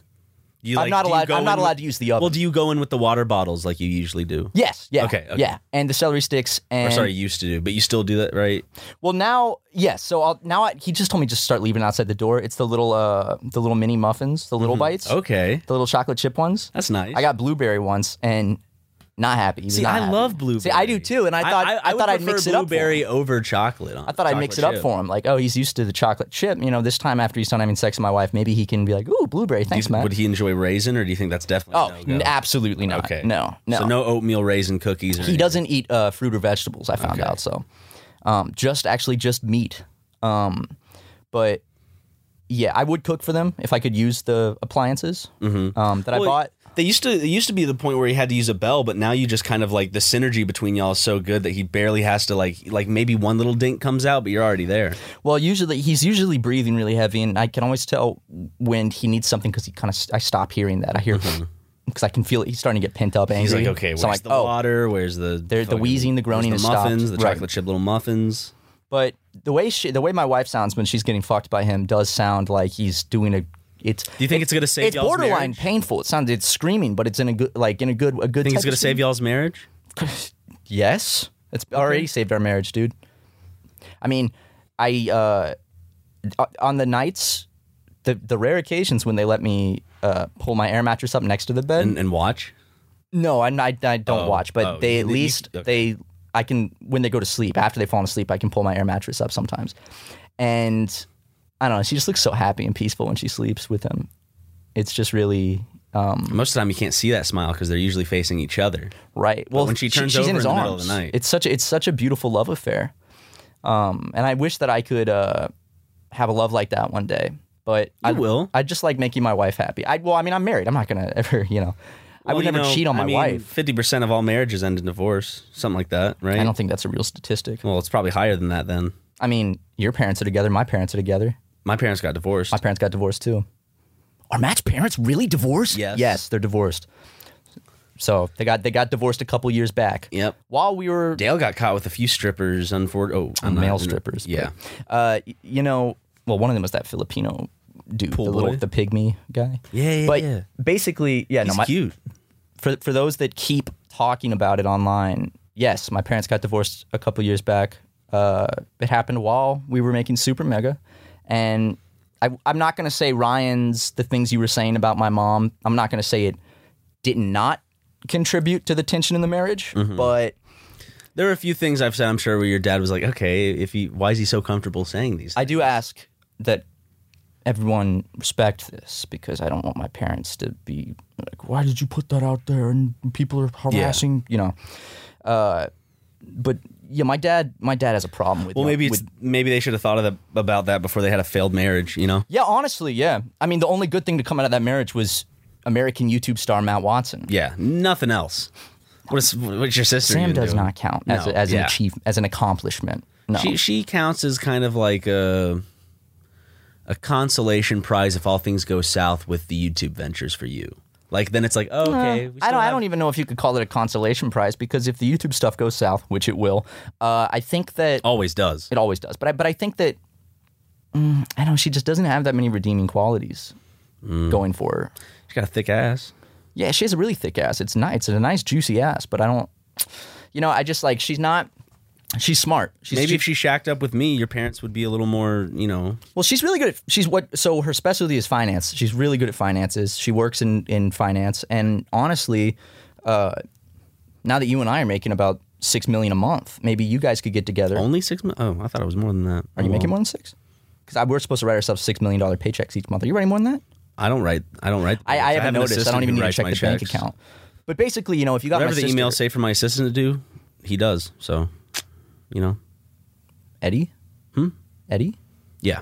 B: You, like,
C: I'm not
B: do you
C: allowed-
B: go
C: I'm not
B: in with-
C: allowed to use the oven.
B: Well, do you go in with the water bottles like you usually do?
C: Yes. Yeah.
B: Okay, okay.
C: Yeah. And the celery sticks and
B: Or sorry, you used to do, but you still do that, right?
C: well now yes. So I'll, now I, he just told me just start leaving outside the door. It's the little uh the little mini muffins, the little bites,
B: Mm-hmm. Okay,
C: the little chocolate chip ones.
B: that's nice.
C: I got blueberry once and not happy. He was
B: See,
C: not
B: I
C: happy.
B: love blueberry.
C: See, I do too. And I thought I,
B: would
C: thought I'd
B: prefer
C: mix it up. for him.
B: blueberry over chocolate. On,
C: I thought I'd mix it up for him. Like, oh, he's used to the chocolate chip. You know, this time after he's done having sex with my wife, maybe he can be like, ooh, blueberry. Thanks, man.
B: Would he enjoy raisin, or do you think that's definitely
C: oh,
B: a
C: n-
B: no-go?
C: absolutely not.
B: Okay,
C: No, no.
B: So no oatmeal raisin cookies. Or
C: he doesn't eat uh, fruit or vegetables, I found
B: Okay.
C: out. So um, just actually just meat. Um, but yeah, I would cook for them if I could use the appliances
B: Mm-hmm.
C: um, that I bought.
B: They used to. It used to be the point where he had to use a bell, but now you just kind of like the synergy between y'all is so good that he barely has to like like maybe one little dink comes out, but you're already there.
C: Well, usually he's usually breathing really heavy, and I can always tell when he needs something because he kind of I stop hearing that. I hear because I can feel it. He's starting to get pent up. Angry.
B: Mm-hmm. He's like, okay, where's
C: so I'm like,
B: the
C: oh,
B: water? Where's the
C: the
B: fucking-
C: wheezing, the groaning
B: where's
C: has
B: the muffins,
C: stopped.
B: the
C: Right.
B: chocolate chip little muffins.
C: But the way she, the way my wife sounds when she's getting fucked by him does sound like he's doing a. It's
B: Do you think it's gonna save
C: it's
B: y'all's
C: borderline
B: marriage?
C: painful. It sounds it's screaming, but it's in a good like in a good a good.
B: Think
C: type
B: it's gonna
C: of
B: save y'all's marriage?
C: scream. Yes, it's already saved our marriage, dude. I mean, I uh, o- on the nights, the the rare occasions when they let me uh, pull my air mattress up next to the bed.
B: And, and watch.
C: No, I, I, I don't
B: Oh,
C: watch, but
B: oh,
C: they
B: you-
C: at
B: you-
C: least
B: okay.
C: they I can when they go to sleep after they've fallen asleep I can pull my air mattress up sometimes, and I don't know. She just looks so happy and peaceful when she sleeps with him. It's just really um,
B: Most of the time, you can't see that smile because they're usually facing each other.
C: right. Well,
B: when she turns
C: she's
B: over
C: in, his
B: in the
C: arms.
B: middle of the night.
C: it's such a, it's such a beautiful love affair. Um, and I wish that I could uh, have a love like that one day. But I
B: will.
C: I just like making my wife happy. I well, I mean, I'm married. I'm not gonna ever, you know, I would never cheat on my wife.
B: Fifty percent of all marriages end in divorce, something like that, right?
C: I don't think that's a real statistic.
B: well, it's probably higher than that. Then
C: I mean, your parents are together. My parents are together.
B: my parents got divorced.
C: My parents got divorced too. Are Matt's parents really divorced?
B: Yes.
C: Yes, they're divorced. So they got they got divorced a couple years back.
B: Yep.
C: While we were
B: Dale got caught with a few strippers. Unfortunately, oh, I'm not-
C: male strippers. but,
B: Yeah,
C: uh, y- you know, well, one of them was that Filipino dude, the little
B: boy?
C: the pygmy guy.
B: Yeah, yeah,
C: But
B: yeah.
C: basically, yeah.
B: he's
C: no, my,
B: cute.
C: for for those that keep talking about it online, yes, my parents got divorced a couple years back. Uh, it happened while we were making Super Mega, and I, I'm not going to say Ryan's the things you were saying about my mom. I'm not going to say it did not contribute to the tension in the marriage,
B: Mm-hmm.
C: but
B: There were a few things I've said. I'm sure where your dad was like, "Okay, if he, why is he so comfortable saying these?"
C: I do ask that everyone respect this because I don't want my parents to be like, "Why did you put that out there?" And people are harassing, you know. Uh, but yeah, my dad, my dad has a problem with.
B: well, maybe it's,
C: with-
B: maybe they should have thought of the, about that before they had a failed marriage. You know?
C: yeah, honestly, yeah. I mean, the only good thing to come out of that marriage was American YouTube star Matt Watson.
B: Yeah, nothing else. What is what's your sister?
C: Sam
B: even
C: does
B: doing?
C: not count as
B: No,
C: a, as an
B: yeah.
C: achievement, as an accomplishment. No,
B: She she counts as kind of like a a consolation prize if all things go south with the YouTube ventures for you. Like then it's like oh, okay. we
C: I
B: still
C: don't. I
B: have-
C: don't even know if you could call it a consolation prize because if the YouTube stuff goes south, which it will, uh, I think that
B: always does.
C: It always does. But I, but I think that mm, I don't. know, She just doesn't have that many redeeming qualities
B: Mm.
C: going for her.
B: She's got a thick ass.
C: Yeah, she has a really thick ass. It's nice. It's a nice juicy ass. But I don't. You know, I just like she's not. She's smart. She's,
B: Maybe
C: she-
B: if she shacked up with me, your parents would be a little more you know.
C: well, she's really good at she's what. So her specialty is finance. She's really good at finances. She works in in finance. And honestly, uh, now that you and I are making about six million a month, maybe you guys could get together.
B: Only six. Mo- oh, I thought it was more than that.
C: are you making more than six? Because we're supposed to write ourselves six million dollar paychecks each month. Are you writing more than that?
B: I don't write. I don't write.
C: I, I haven't
B: an
C: noticed. I
B: assistant
C: don't even
B: who
C: need to
B: writes
C: check
B: my
C: the bank
B: checks.
C: account. But basically, you know, if you got
B: Whatever
C: my
B: the
C: sister,
B: email say for my assistant to do, he does. So, you know,
C: Eddie, hmm, Eddie,
B: yeah,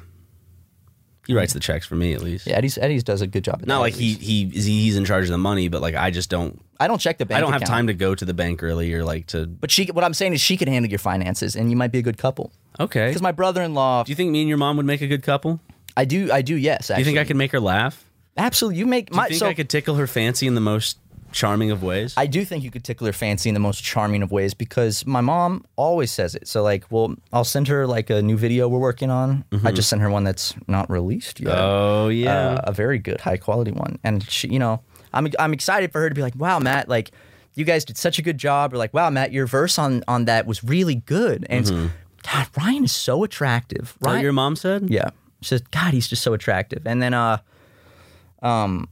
B: he writes the checks for me at least.
C: yeah, Eddie's Eddie's does a good job. At
B: Not
C: that,
B: like
C: at
B: he
C: least.
B: he he's in charge of the money, but like I just don't.
C: I don't check the bank.
B: I don't have
C: account.
B: time to go to the bank early or like to.
C: But she, what I'm saying is, she could handle your finances, and you might be a good couple.
B: Okay.
C: Because my brother-in-law,
B: do you think me and your mom would make a good couple?
C: I do, I do. Yes,
B: Do you
C: actually.
B: think I could make her laugh?
C: Absolutely, you make
B: Do you
C: my.
B: think
C: so
B: I could tickle her fancy in the most charming of ways?
C: I do think you could tickle her fancy in the most charming of ways because my mom always says it. So like, well, I'll send her like a new video we're working on. I just sent her one that's not released yet.
B: Mm-hmm. oh yeah.
C: uh, a very good, high quality one. And she, you know, I'm I'm excited for her to be like, wow, Matt, like you guys did such a good job, or like, wow, Matt, your verse on on that was really good. And
B: Mm-hmm.
C: it's, God, Ryan is so attractive.
B: Is that
C: Ryan,
B: what your mom said?
C: yeah, she says, God, he's just so attractive. And then, uh, um,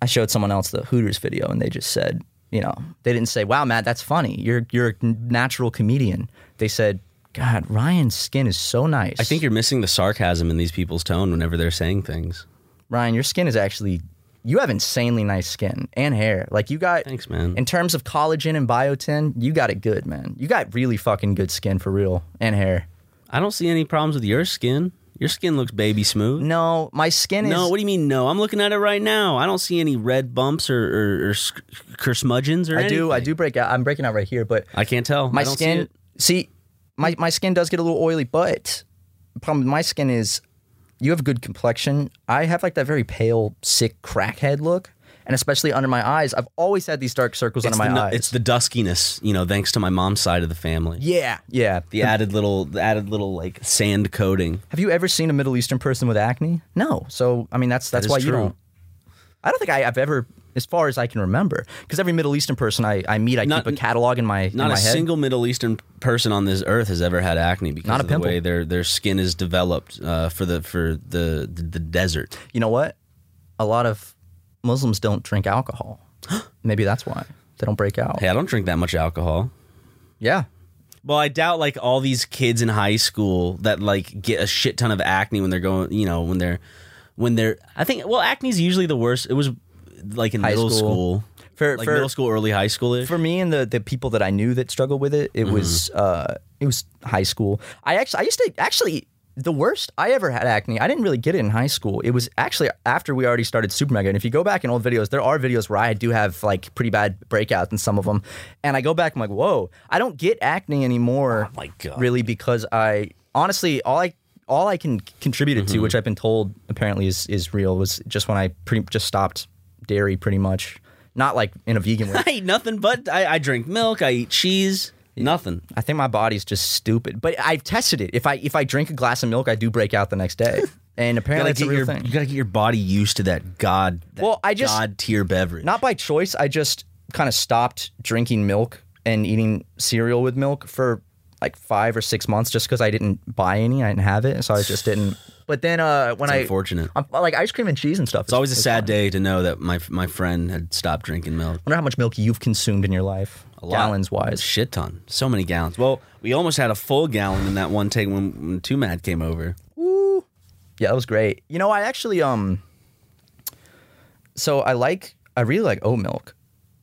C: I showed someone else the Hooters video, and they just said, you know, they didn't say, wow, Matt, that's funny. You're you're a natural comedian. They said. God, Ryan's skin is so nice.
B: I think you're missing the sarcasm in these people's tone whenever they're saying things.
C: Ryan, your skin is actually you have insanely nice skin and hair. Like you got
B: Thanks, man.
C: In terms of collagen and biotin, you got it good, man. You got really fucking good skin for real and hair.
B: I don't see any problems with your skin. Your skin looks baby smooth.
C: No, my skin is
B: No, what do you mean? No, I'm looking at it right now. I don't see any red bumps or or, or sc- kersmudgeons or
C: I do I
B: anything.
C: do break out. I'm breaking out right here, but
B: I can't tell.
C: my
B: I don't see
C: skin
B: it.
C: see, my my skin does get a little oily, but the problem with my skin is you have a good complexion. I have like that very pale, sick crackhead look. And especially under my eyes, I've always had these dark circles
B: It's
C: under my
B: the,
C: eyes.
B: It's the duskiness, you know, thanks to my mom's side of the family.
C: yeah, yeah.
B: The added little, the added little like sand coating.
C: Have you ever seen a Middle Eastern person with acne? No. So I mean, that's that's
B: is
C: why you
B: true.
C: don't. I don't think I, I've ever, as far as I can remember, because every Middle Eastern person I, I meet, I
B: Not-
C: keep a catalog in my in
B: Not
C: my
B: a
C: head.
B: single Middle Eastern person on this earth has ever had acne because
C: Not a
B: of the
C: pimple.
B: way their their skin is developed uh, for the for the the, the desert.
C: you know what? A lot of Muslims don't drink alcohol. Maybe that's why they don't break out.
B: Hey, I don't drink that much alcohol.
C: Yeah.
B: Well, I doubt like all these kids in high school that like get a shit ton of acne when they're going, you know, when they're when they're I think well, acne's usually the worst. It was like in
C: High
B: middle
C: school.
B: school.
C: For-
B: like
C: for-
B: middle school, early high school ish.
C: for me and the the people that I knew that struggled with it, it was
B: Mm-hmm.
C: uh it was high school. I actually I used to actually the worst I ever had acne. I didn't really get it in high school. It was actually after we already started Super Mega. And if you go back in old videos, there are videos where I do have like pretty bad breakouts in some of them. And I go back, I'm like, whoa, I don't get acne anymore.
B: Oh my God.
C: Really, because I honestly all I all I can contribute
B: Mm-hmm.
C: it to, which I've been told apparently is is real, was just when I pretty just stopped dairy pretty much. Not like in a vegan way.
B: I eat nothing but I, I drink milk. I eat cheese. Nothing.
C: I think my body's just stupid. But I've tested it. If I if I drink a glass of milk, I do break out the next day. And apparently it's a real
B: your
C: thing.
B: you gotta get your body used to that god. That
C: Well, I just-
B: god tier beverage.
C: Not by choice. I just kind of stopped drinking milk and eating cereal with milk for like five or six months, just because I didn't buy any. I didn't have it, so I just didn't. But then uh, when I
B: unfortunate.
C: I'm, like ice cream and cheese and stuff.
B: it's always a sad day to know that my my friend had stopped drinking milk.
C: I wonder how much milk you've consumed in your life,
B: A lot.
C: gallons wise.
B: Shit ton. So many gallons. Well, we almost had a full gallon in that one take when, when Two Mad came over.
C: Yeah, that was great. You know, I actually um. So I like I really like oat milk,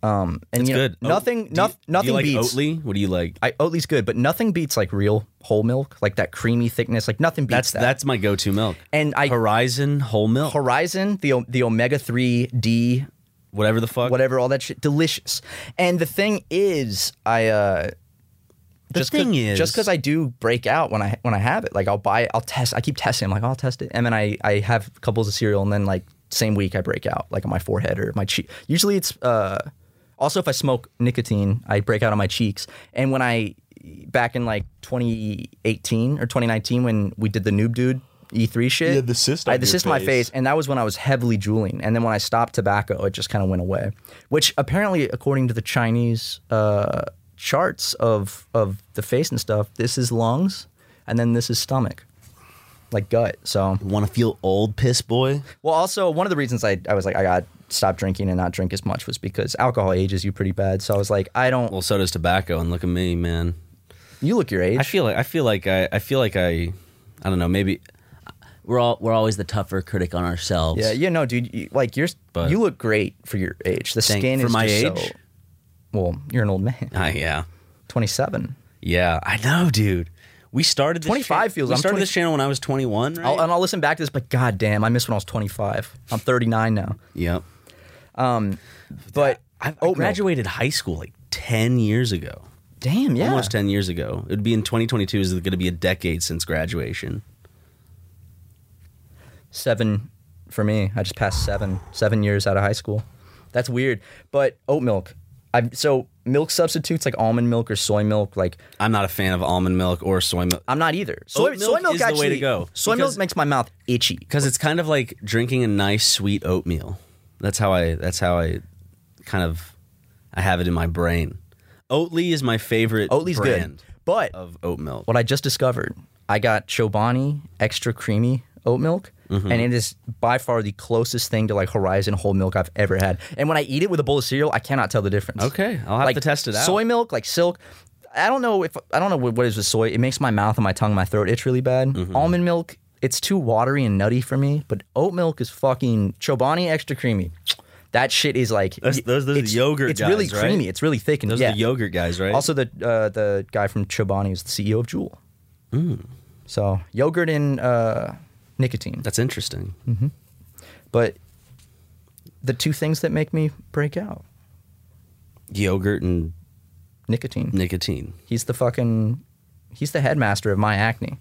C: um, and
B: It's
C: you know,
B: good. Oat-
C: nothing,
B: do you-
C: nothing,
B: do
C: nothing
B: you like
C: beats.
B: Oatly. What do you like?
C: I Oatly's good, but nothing beats like real whole milk, like that creamy thickness. Like nothing
B: That's
C: beats that.
B: that's my go-to milk.
C: and I
B: Horizon whole milk,
C: Horizon the o- the omega three D
B: whatever the fuck.
C: whatever all that shit delicious. And the thing is, I uh,
B: The
C: just 'cause-
B: thing is,
C: just because I do break out when I when I have it, like I'll buy, I'll test, I keep testing, I'm like "Oh, I'll test it, and then I I have couples of cereal, and then like same week I break out, like on my forehead or my cheek. Usually it's uh, also if I smoke nicotine, I break out on my cheeks, and when I back in like 2018 or 2019 when we did the noob dude. E3 shit.
F: You had the cyst
C: I
F: on
C: had the
F: your
C: cyst on my
F: face.
C: face, and that was when I was heavily drooling. And then when I stopped tobacco, it just kind of went away. Which apparently, according to the Chinese uh, charts of of the face and stuff, this is lungs, and then this is stomach, like gut. So,
B: want to feel old, piss boy.
C: well, also one of the reasons I I was like I got stopped drinking and not drink as much was because alcohol ages you pretty bad. So I was like, I don't.
B: Well, so does tobacco. And look at me, man.
C: You look your age.
B: I feel like I feel like I I feel like I I don't know. Maybe we're all we're always the tougher critic on ourselves.
C: yeah, yeah, no, dude. You, like you're,
B: But-
C: you look great for your age. The
B: Thank-
C: skin
B: for
C: is
B: my
C: just
B: age?
C: So, well, you're an old man.
B: Ah, yeah.
C: Twenty seven.
B: Yeah, I know, dude. We started this
C: 25
B: cha-
C: feels-
B: We
C: I'm
B: started
C: 20
B: this channel when Oh, I was 21, right?
C: I'll, and I'll listen back to this, but god damn, I missed when I was 25. I'm 39 now. Um,
B: yep.
C: But
B: I, I
C: oat milk.
B: graduated high school like 10 years ago.
C: Damn, yeah.
B: Almost 10 years ago. It would be in 2022 is going to be a decade since graduation.
C: Seven for me. I just passed seven, seven years out of high school. That's weird. But oat milk. I've, so milk substitutes like almond milk or soy milk, like
B: I'm not a fan of almond milk or soy milk
C: I'm not either. Soy
B: Oat
C: soy
B: milk
C: milk
B: is the way
C: actually,
B: to go,
C: Soy
B: because-
C: milk makes my mouth itchy.
B: cuz it's kind of like drinking a nice sweet oatmeal. That's how I that's how I kind of I have it in my brain. Oatly is my favorite
C: Oatly's
B: brand
C: good. But
B: of oat milk.
C: what I just discovered, I got Chobani extra creamy oat milk,
B: Mm-hmm.
C: and it is by far the closest thing to like Horizon whole milk I've ever had. And when I eat it with a bowl of cereal, I cannot tell the difference.
B: Okay, I'll have
C: like,
B: to test it out.
C: Soy milk, like silk. I don't know if I don't know what what is with soy. It makes my mouth and my tongue, and my throat itch really bad.
B: Mm-hmm.
C: Almond milk, it's too watery and nutty for me. But oat milk is fucking Chobani extra creamy. That shit is like
B: That's- those- those are
C: it's-
B: yogurt
C: It's really
B: guys, right?
C: creamy. It's really thick and
B: Those
C: yeah.
B: are the yogurt guys, right?
C: Also, the uh, the guy from Chobani is the CEO of Juul.
B: Mm.
C: So yogurt and uh, nicotine,
B: that's interesting.
C: but the two things that make me break out:
B: Yogurt and
C: nicotine.
B: nicotine.
C: He's the fucking, he's the headmaster of my acne.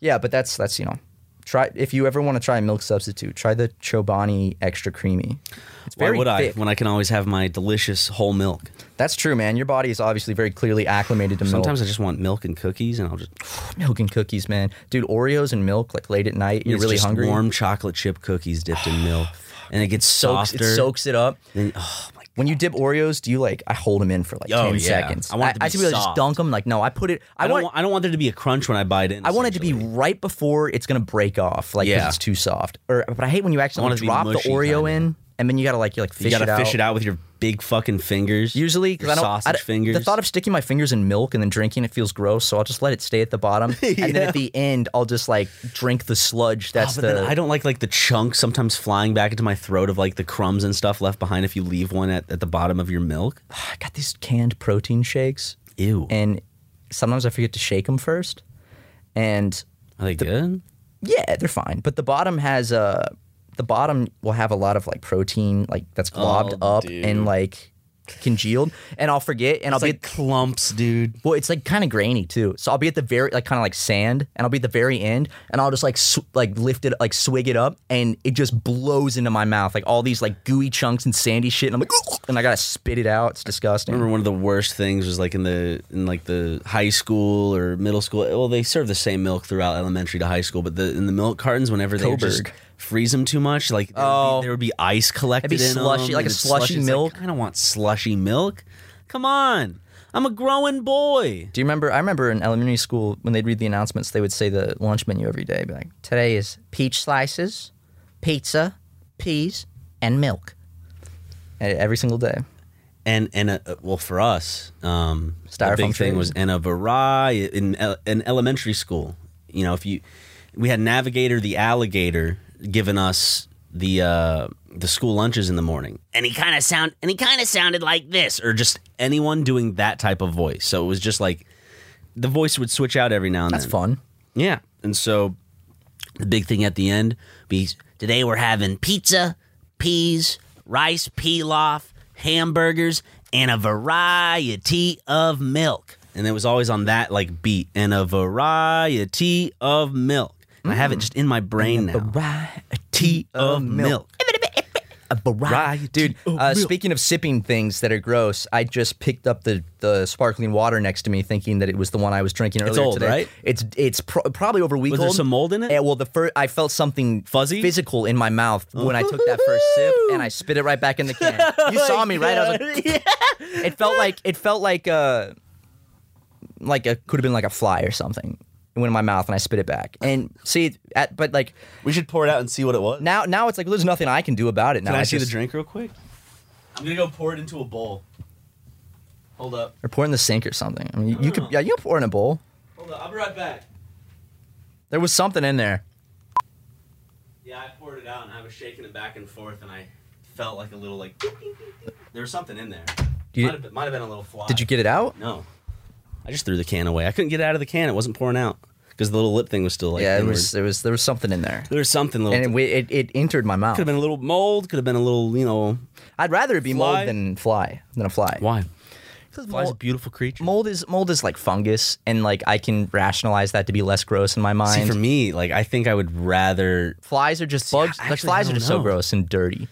C: Yeah, but that's that's you know, try if you ever want to try a milk substitute, try the Chobani extra creamy. It's
B: Why
C: very
B: would
C: thick.
B: I when I can always have my delicious whole milk?
C: That's true, man. Your body is obviously very clearly acclimated to milk.
B: Sometimes I just want milk and cookies, and I'll just
C: milk and cookies, man. Dude, Oreos and milk like late at night. You're
B: it's
C: really
B: just
C: hungry.
B: Warm chocolate chip cookies dipped in milk, and it gets
C: soaks,
B: softer.
C: it soaks it up.
B: Then- oh my!
C: When you dip Oreos, do you like? I hold them in for like
B: Oh,
C: ten
B: yeah.
C: seconds.
B: I want it to
C: I,
B: be
C: typically just
B: soft.
C: dunk them. Like no, I put it. I,
B: I don't.
C: want.
B: Want, I don't want there to be a crunch when I bite in.
C: I want it to be
B: essentially.
C: right before it's gonna break off. Like 'cause
B: Yeah.
C: it's too soft. Or but I hate when you
B: want
C: accidentally
B: it to be
C: drop the
B: mushy,
C: Oreo
B: kinda.
C: in and then you gotta like you like fish
B: You gotta
C: it
B: fish
C: out.
B: it out with your big fucking fingers.
C: Usually, because
B: Your
C: I don't
B: sausage
C: I, don't-
B: fingers.
C: The thought of sticking my fingers in milk and then drinking it feels gross, so I'll just let it stay at the bottom, and then at the end, I'll just like drink the sludge.
B: Oh,
C: That's
B: but
C: the
B: then I don't like like the chunks sometimes flying back into my throat of like the crumbs and stuff left behind if you leave one at, at the bottom of your milk.
C: I got these canned protein shakes,
B: Ew.
C: and sometimes I forget to shake them first, and
B: Are they good?
C: yeah, they're fine. But the bottom has uh, the bottom will have a lot of like protein, like that's globbed
B: Oh,
C: up
B: dude.
C: and like congealed, and I'll forget, and I'll
B: It's
C: be
B: like clumps, dude.
C: Well, it's like kind of grainy too. So I'll be at the very like kind of like sand, and I'll be at the very end, and I'll just like sw- like lift it, like swig it up, and it just blows into my mouth like all these like gooey chunks and sandy shit, and I'm like, and I gotta spit it out. It's disgusting.
B: I remember one of the worst things was like in the in like the high school or middle school. Well, they serve the same milk throughout elementary to high school, but the in the milk cartons, whenever they would just
C: Coburg.
B: freeze them too much, like there, would
C: Oh.
B: be, there would be ice collected
C: It'd be
B: in
C: slushy,
B: them,
C: like
B: and
C: a
B: it's
C: slushy
B: It's
C: milk.
B: Like, I don't want slushy milk. Come on, I'm a growing boy.
C: Do you remember? I remember in elementary school when they'd read the announcements, they would say the lunch menu every day. Be like, today is peach slices, pizza, peas, and milk. And every single day.
B: and and a, well for us um the
C: Styrofoam
B: big
C: tray.
B: thing was in a variety in el- in elementary school you know if you we had navigator the alligator giving us the uh the school lunches in the morning and he kind of sound and he kind of sounded like this or just anyone doing that type of voice so it was just like the voice would switch out every now and
C: That's
B: then
C: fun.
B: yeah. And so the big thing at the end be today we're having pizza, peas, rice pilaf, hamburgers, and a variety of milk. And it was always on that like beat and a variety of milk. And I have it just in my brain now.
C: Variety
B: of milk.
C: A variety. Dude, uh, speaking of sipping things that are gross, I just picked up the, the sparkling water next to me thinking that it was the one I was drinking earlier
B: old,
C: today.
B: right?
C: It's it's pro- probably over a week
B: Was there
C: old.
B: some mold in it?
C: Yeah, well, the first I felt something
B: Fuzzy?
C: physical in my mouth when I took that first sip and I spit it right back in the can. You saw me, right? I was like It felt like it felt like uh like a could have been like a fly or something. It went in my mouth and I spit it back. And see, at, but like
F: We should pour it out and see what it was.
C: now, now it's like there's nothing I can do about it. Now
B: Can I, see
C: just-
B: the drink real quick? I'm gonna go pour it into a bowl. Hold up.
C: Or pour in the sink or something. I mean, you, you
B: Oh.
C: could, yeah, you can pour in a bowl.
B: Hold up. I'll be right back.
C: There was something in there.
B: Yeah, I poured it out and I was shaking it back and forth, and I felt like a little like there was something in there.
C: You-
B: might, have been, might have been a little fly.
C: Did you get it out?
B: No, I just threw the can away. I couldn't get it out of the can. It wasn't pouring out because the little lip thing was still like.
C: yeah, there
B: inward.
C: was, there was, there was something in there,
B: There was something little.
C: and it, we- it, it entered my mouth.
B: could have been a little mold. Could have been a little, you know.
C: I'd rather it be
B: Fly?
C: mold than fly, than a fly.
B: Why?
C: 'Cause
B: Fly's a
C: mold,
B: beautiful creature.
C: mold is mold is like fungus, and like I can rationalize that to be less gross in my
B: See,
C: mind.
B: for me, like I think I would rather
C: flies are just bugs.
B: I
C: like
B: actually
C: flies are
B: don't
C: just
B: know.
C: so gross and dirty.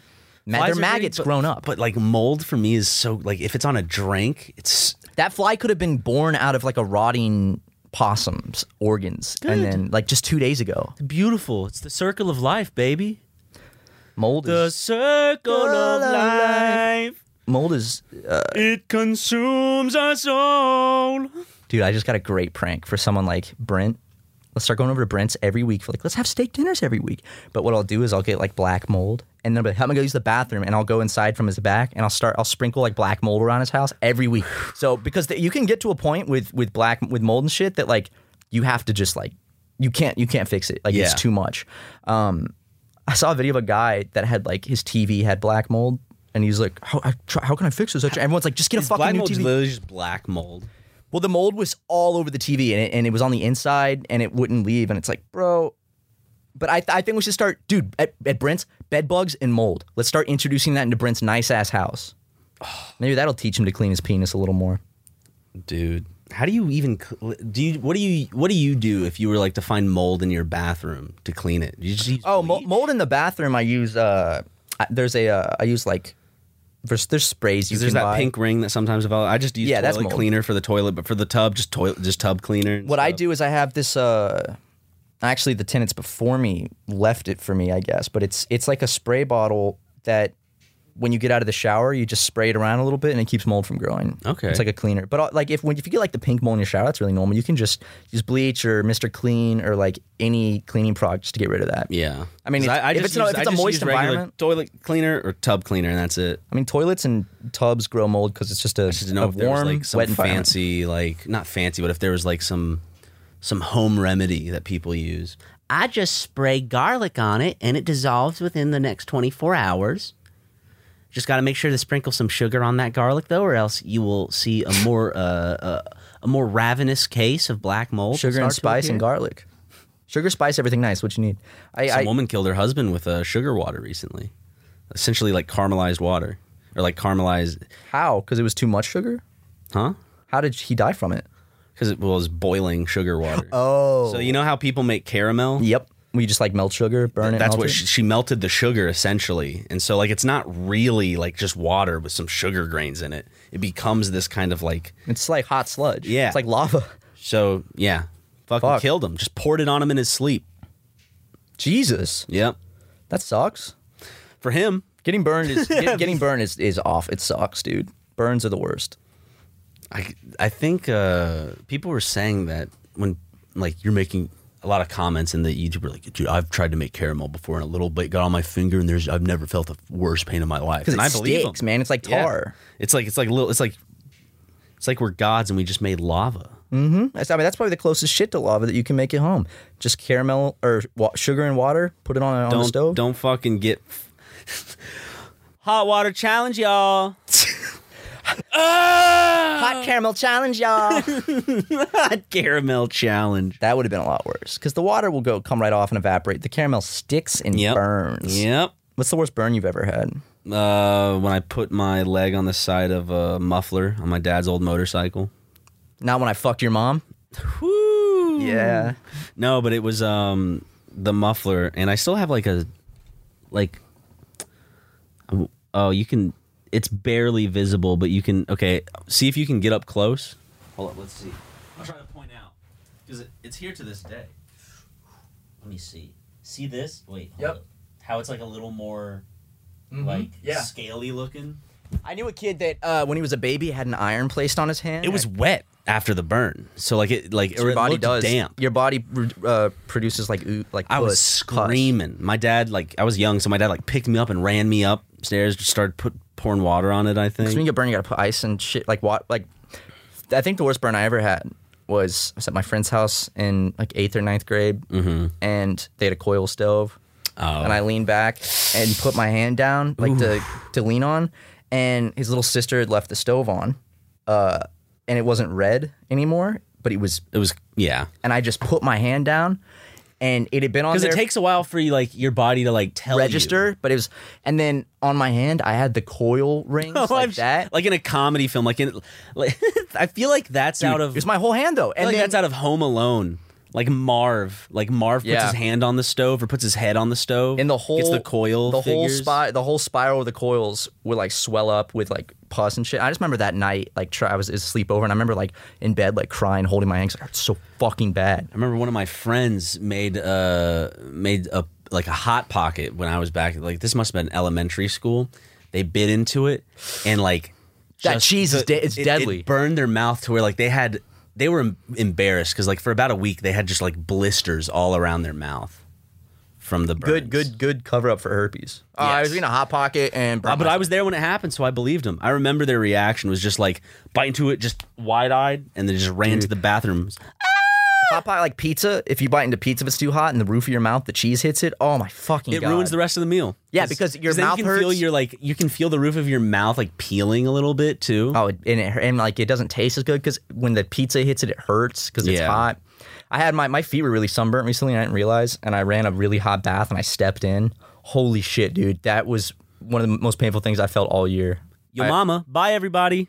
C: Ma-
B: Flies
C: they're
B: are dirty,
C: maggots
B: but-
C: grown up.
B: but like mold for me is so like if it's on a drink, it's
C: That fly could have been born out of like a rotting possum's organs, and then like just two days ago,
B: beautiful. It's the circle of life, baby.
C: mold
B: The
C: is
B: circle of life.
C: mold is
B: It consumes us all.
C: Dude, I just got a great prank for someone like Brent. Let's start going over to Brent's every week for like, let's have steak dinners every week. But what I'll do is I'll get like black mold and then I'll be like, help me go use the bathroom and I'll go inside from his back and I'll start, I'll sprinkle like black mold around his house every week. So because th- you can get to a point with, with black, with mold and shit that like you have to just like, you can't, you can't fix it. Like
B: Yeah.
C: it's too much. Um, I saw a video of a guy that had like his TV had black mold and he's like, how, I try, how can I fix this? Everyone's like, just get a fucking
B: Black
C: new
B: mold
C: TV.
B: literally just black mold.
C: Well, the mold was all over the TV and it, and it was on the inside and it wouldn't leave. And it's like, bro. But I, I think we should start, dude, at, at Brent's, bed bugs and mold. Let's start introducing that into Brent's nice ass house. Maybe that'll teach him to clean his penis a little more.
B: Dude, how do you even cl- do you what do you what do you do if you were like to find mold in your bathroom to clean it? You just use
C: Oh, mo-
B: bleach?
C: mold in the bathroom, I use, uh, I, there's a, uh, I use like, there's, there's sprays you
B: 'Cause there's
C: can
B: that
C: buy.
B: pink ring that sometimes develops. I just use
C: Yeah, that's
B: toilet
C: mold.
B: cleaner for the toilet, but for the tub, just toilet, just tub cleaner. and
C: what I
B: stuff.
C: do is I have this. Uh, actually, the tenants before me left it for me, I guess. But it's it's like a spray bottle that when you get out of the shower, you just spray it around a little bit and it keeps mold from growing.
B: Okay.
C: It's like a cleaner. But uh, like if when if you get like the pink mold in your shower, that's really normal. You can just use bleach or Mr. Clean or like any cleaning product just to get rid of that.
B: Yeah.
C: I mean,
B: 'Cause
C: it's- if
B: just
C: it's not- if
B: I
C: it's a
B: just
C: moist
B: use regular
C: environment-
B: toilet cleaner or tub cleaner, and that's it.
C: I mean, toilets and tubs grow mold because it's just a,
B: Just to know
C: a
B: if there was
C: warm,
B: like some
C: wet environment.
B: fancy, like not fancy, but if there was like some some home remedy that people use. I just spray garlic on it, and it dissolves within the next twenty four hours. Just got to make sure to sprinkle some sugar on that garlic, though, or else you will see a more uh, uh, a more ravenous case of black mold.
C: Sugar and spice and garlic. Sugar, spice, everything nice. What you need. I,
B: Some
C: I
B: woman killed her husband with uh, sugar water recently, essentially like caramelized water or like caramelized,
C: how because it was too much sugar.
B: huh?
C: How did he die from it?
B: Because it was boiling sugar water.
C: Oh.
B: so you know how people make caramel?
C: Yep. We just like melt sugar, burn it.
B: That's
C: melt
B: what
C: it?
B: she, she melted the sugar essentially, and so like it's not really like just water with some sugar grains in it. It becomes this kind of like
C: It's like hot sludge.
B: Yeah.
C: It's like lava.
B: so yeah, fucking
C: Fuck.
B: killed him. Just poured it on him in his sleep.
C: Jesus,
B: Yep,
C: that sucks.
B: for him.
C: Getting burned is get- getting burned is, is off. It sucks, dude. Burns are the worst.
B: I, I think uh, people were saying that when like you're making a lot of comments in the YouTube were like, dude, I've tried to make caramel before and a little bit got on my finger and there's I've never felt the worst pain in my life.
C: Because
B: And
C: it
B: I believe
C: sticks,
B: them.
C: man. It's like
B: Yeah.
C: tar.
B: It's like it's like little it's like it's like we're gods and we just made lava.
C: That's, I mean, that's probably the closest shit to lava that you can make at home. Just caramel or wa- sugar and water. Put it on, on the
B: Don't
C: stove.
B: don't fucking get hot water challenge, y'all.
C: Hot caramel challenge, y'all.
B: Hot caramel challenge.
C: that would have been a lot worse because the water will go come right off and evaporate. The caramel sticks and
B: Yep.
C: burns.
B: Yep.
C: What's the worst burn you've ever had?
B: Uh, when I put my leg on the side of a muffler on my dad's old motorcycle.
C: Not when I fucked your mom. Yeah.
B: No, but it was um the muffler, and I still have like a like oh you can it's barely visible, but you can okay see if you can get up close. Hold up, let's see. I'll try to point out because it, it's here to this day. Let me see. See this? Wait. hold
C: Yep. Mm-hmm.
B: up. How it's like a little more like
C: Yeah.
B: scaly looking.
C: I knew a kid that uh, when he was a baby had an iron placed on his hand.
B: It was wet after the burn, so like it like
C: your
B: it
C: body
B: looked
C: does
B: damp.
C: Your body uh, produces like oo- like
B: I was
C: pus, pus.
B: screaming. My dad, like, I was young, so my dad like picked me up and ran me upstairs. Just started put, pouring water on it. I
C: 'Cause When
B: think.
C: you get burned, you gotta put ice and shit. Like what? Like I think the worst burn I ever had was I was at my friend's house in like eighth or ninth grade,
B: Mm-hmm.
C: and they had a coil stove,
B: Oh.
C: and I leaned back and put my hand down like to to lean on, and his little sister had left the stove on, uh, and it wasn't red anymore, but it was,
B: It was yeah,
C: and I just put my hand down. And it had been on
B: because
C: there.
B: it takes a while for you, like your body to like tell you.
C: register, but it was, and then on my hand I had the coil rings
B: Oh,
C: like
B: I'm sh-
C: that.
B: like in a comedy film, like in, like I feel like that's out
C: it
B: of
C: was my whole hand though,
B: I feel
C: and
B: like
C: then
B: that's out of Home Alone. Like Marv, like Marv puts
C: Yeah.
B: his hand on the stove or puts his head on the stove,
C: and the
B: gets
C: whole
B: the coil,
C: the whole
B: figures.
C: spot, the whole spiral of the coils would like swell up with like pus and shit. I just remember that night, like try, I was asleep over, and I remember like in bed, like crying, holding my hands, like, it's so fucking bad.
B: I remember one of my friends made uh made a like a hot pocket when I was back like this must have been elementary school. They bit into it and like
C: That
B: just
C: cheese is de- it's
B: it-
C: deadly.
B: It burned their mouth to where like they had they were em- embarrassed because like for about a week they had just like blisters all around their mouth from the burns.
C: Good, good, good cover up for herpes. Uh, I was
B: Yes.
C: eating a hot pocket and
B: Uh, but I was there when it happened, so I believed them. I remember their reaction was just like bite into it, just wide eyed, and they just ran to the bathroom.
C: hot pocket like pizza. If you bite into pizza, if it's too hot, and the roof of your mouth, the cheese hits it. Oh my fucking!
B: It
C: God.
B: ruins the rest of the meal.
C: Yeah, because your
B: then
C: mouth
B: you can feel
C: hurts.
B: your like you can feel the roof of your mouth like peeling a little bit too.
C: Oh, it- and it, and like it doesn't taste as good because when the pizza hits it, it hurts because it's
B: Yeah.
C: hot. I had my my feet were really sunburnt recently, and I didn't realize. And I ran a really hot bath, and I stepped in. Holy shit, dude! That was one of the most painful things I felt all year.
B: Yo, mama, bye everybody.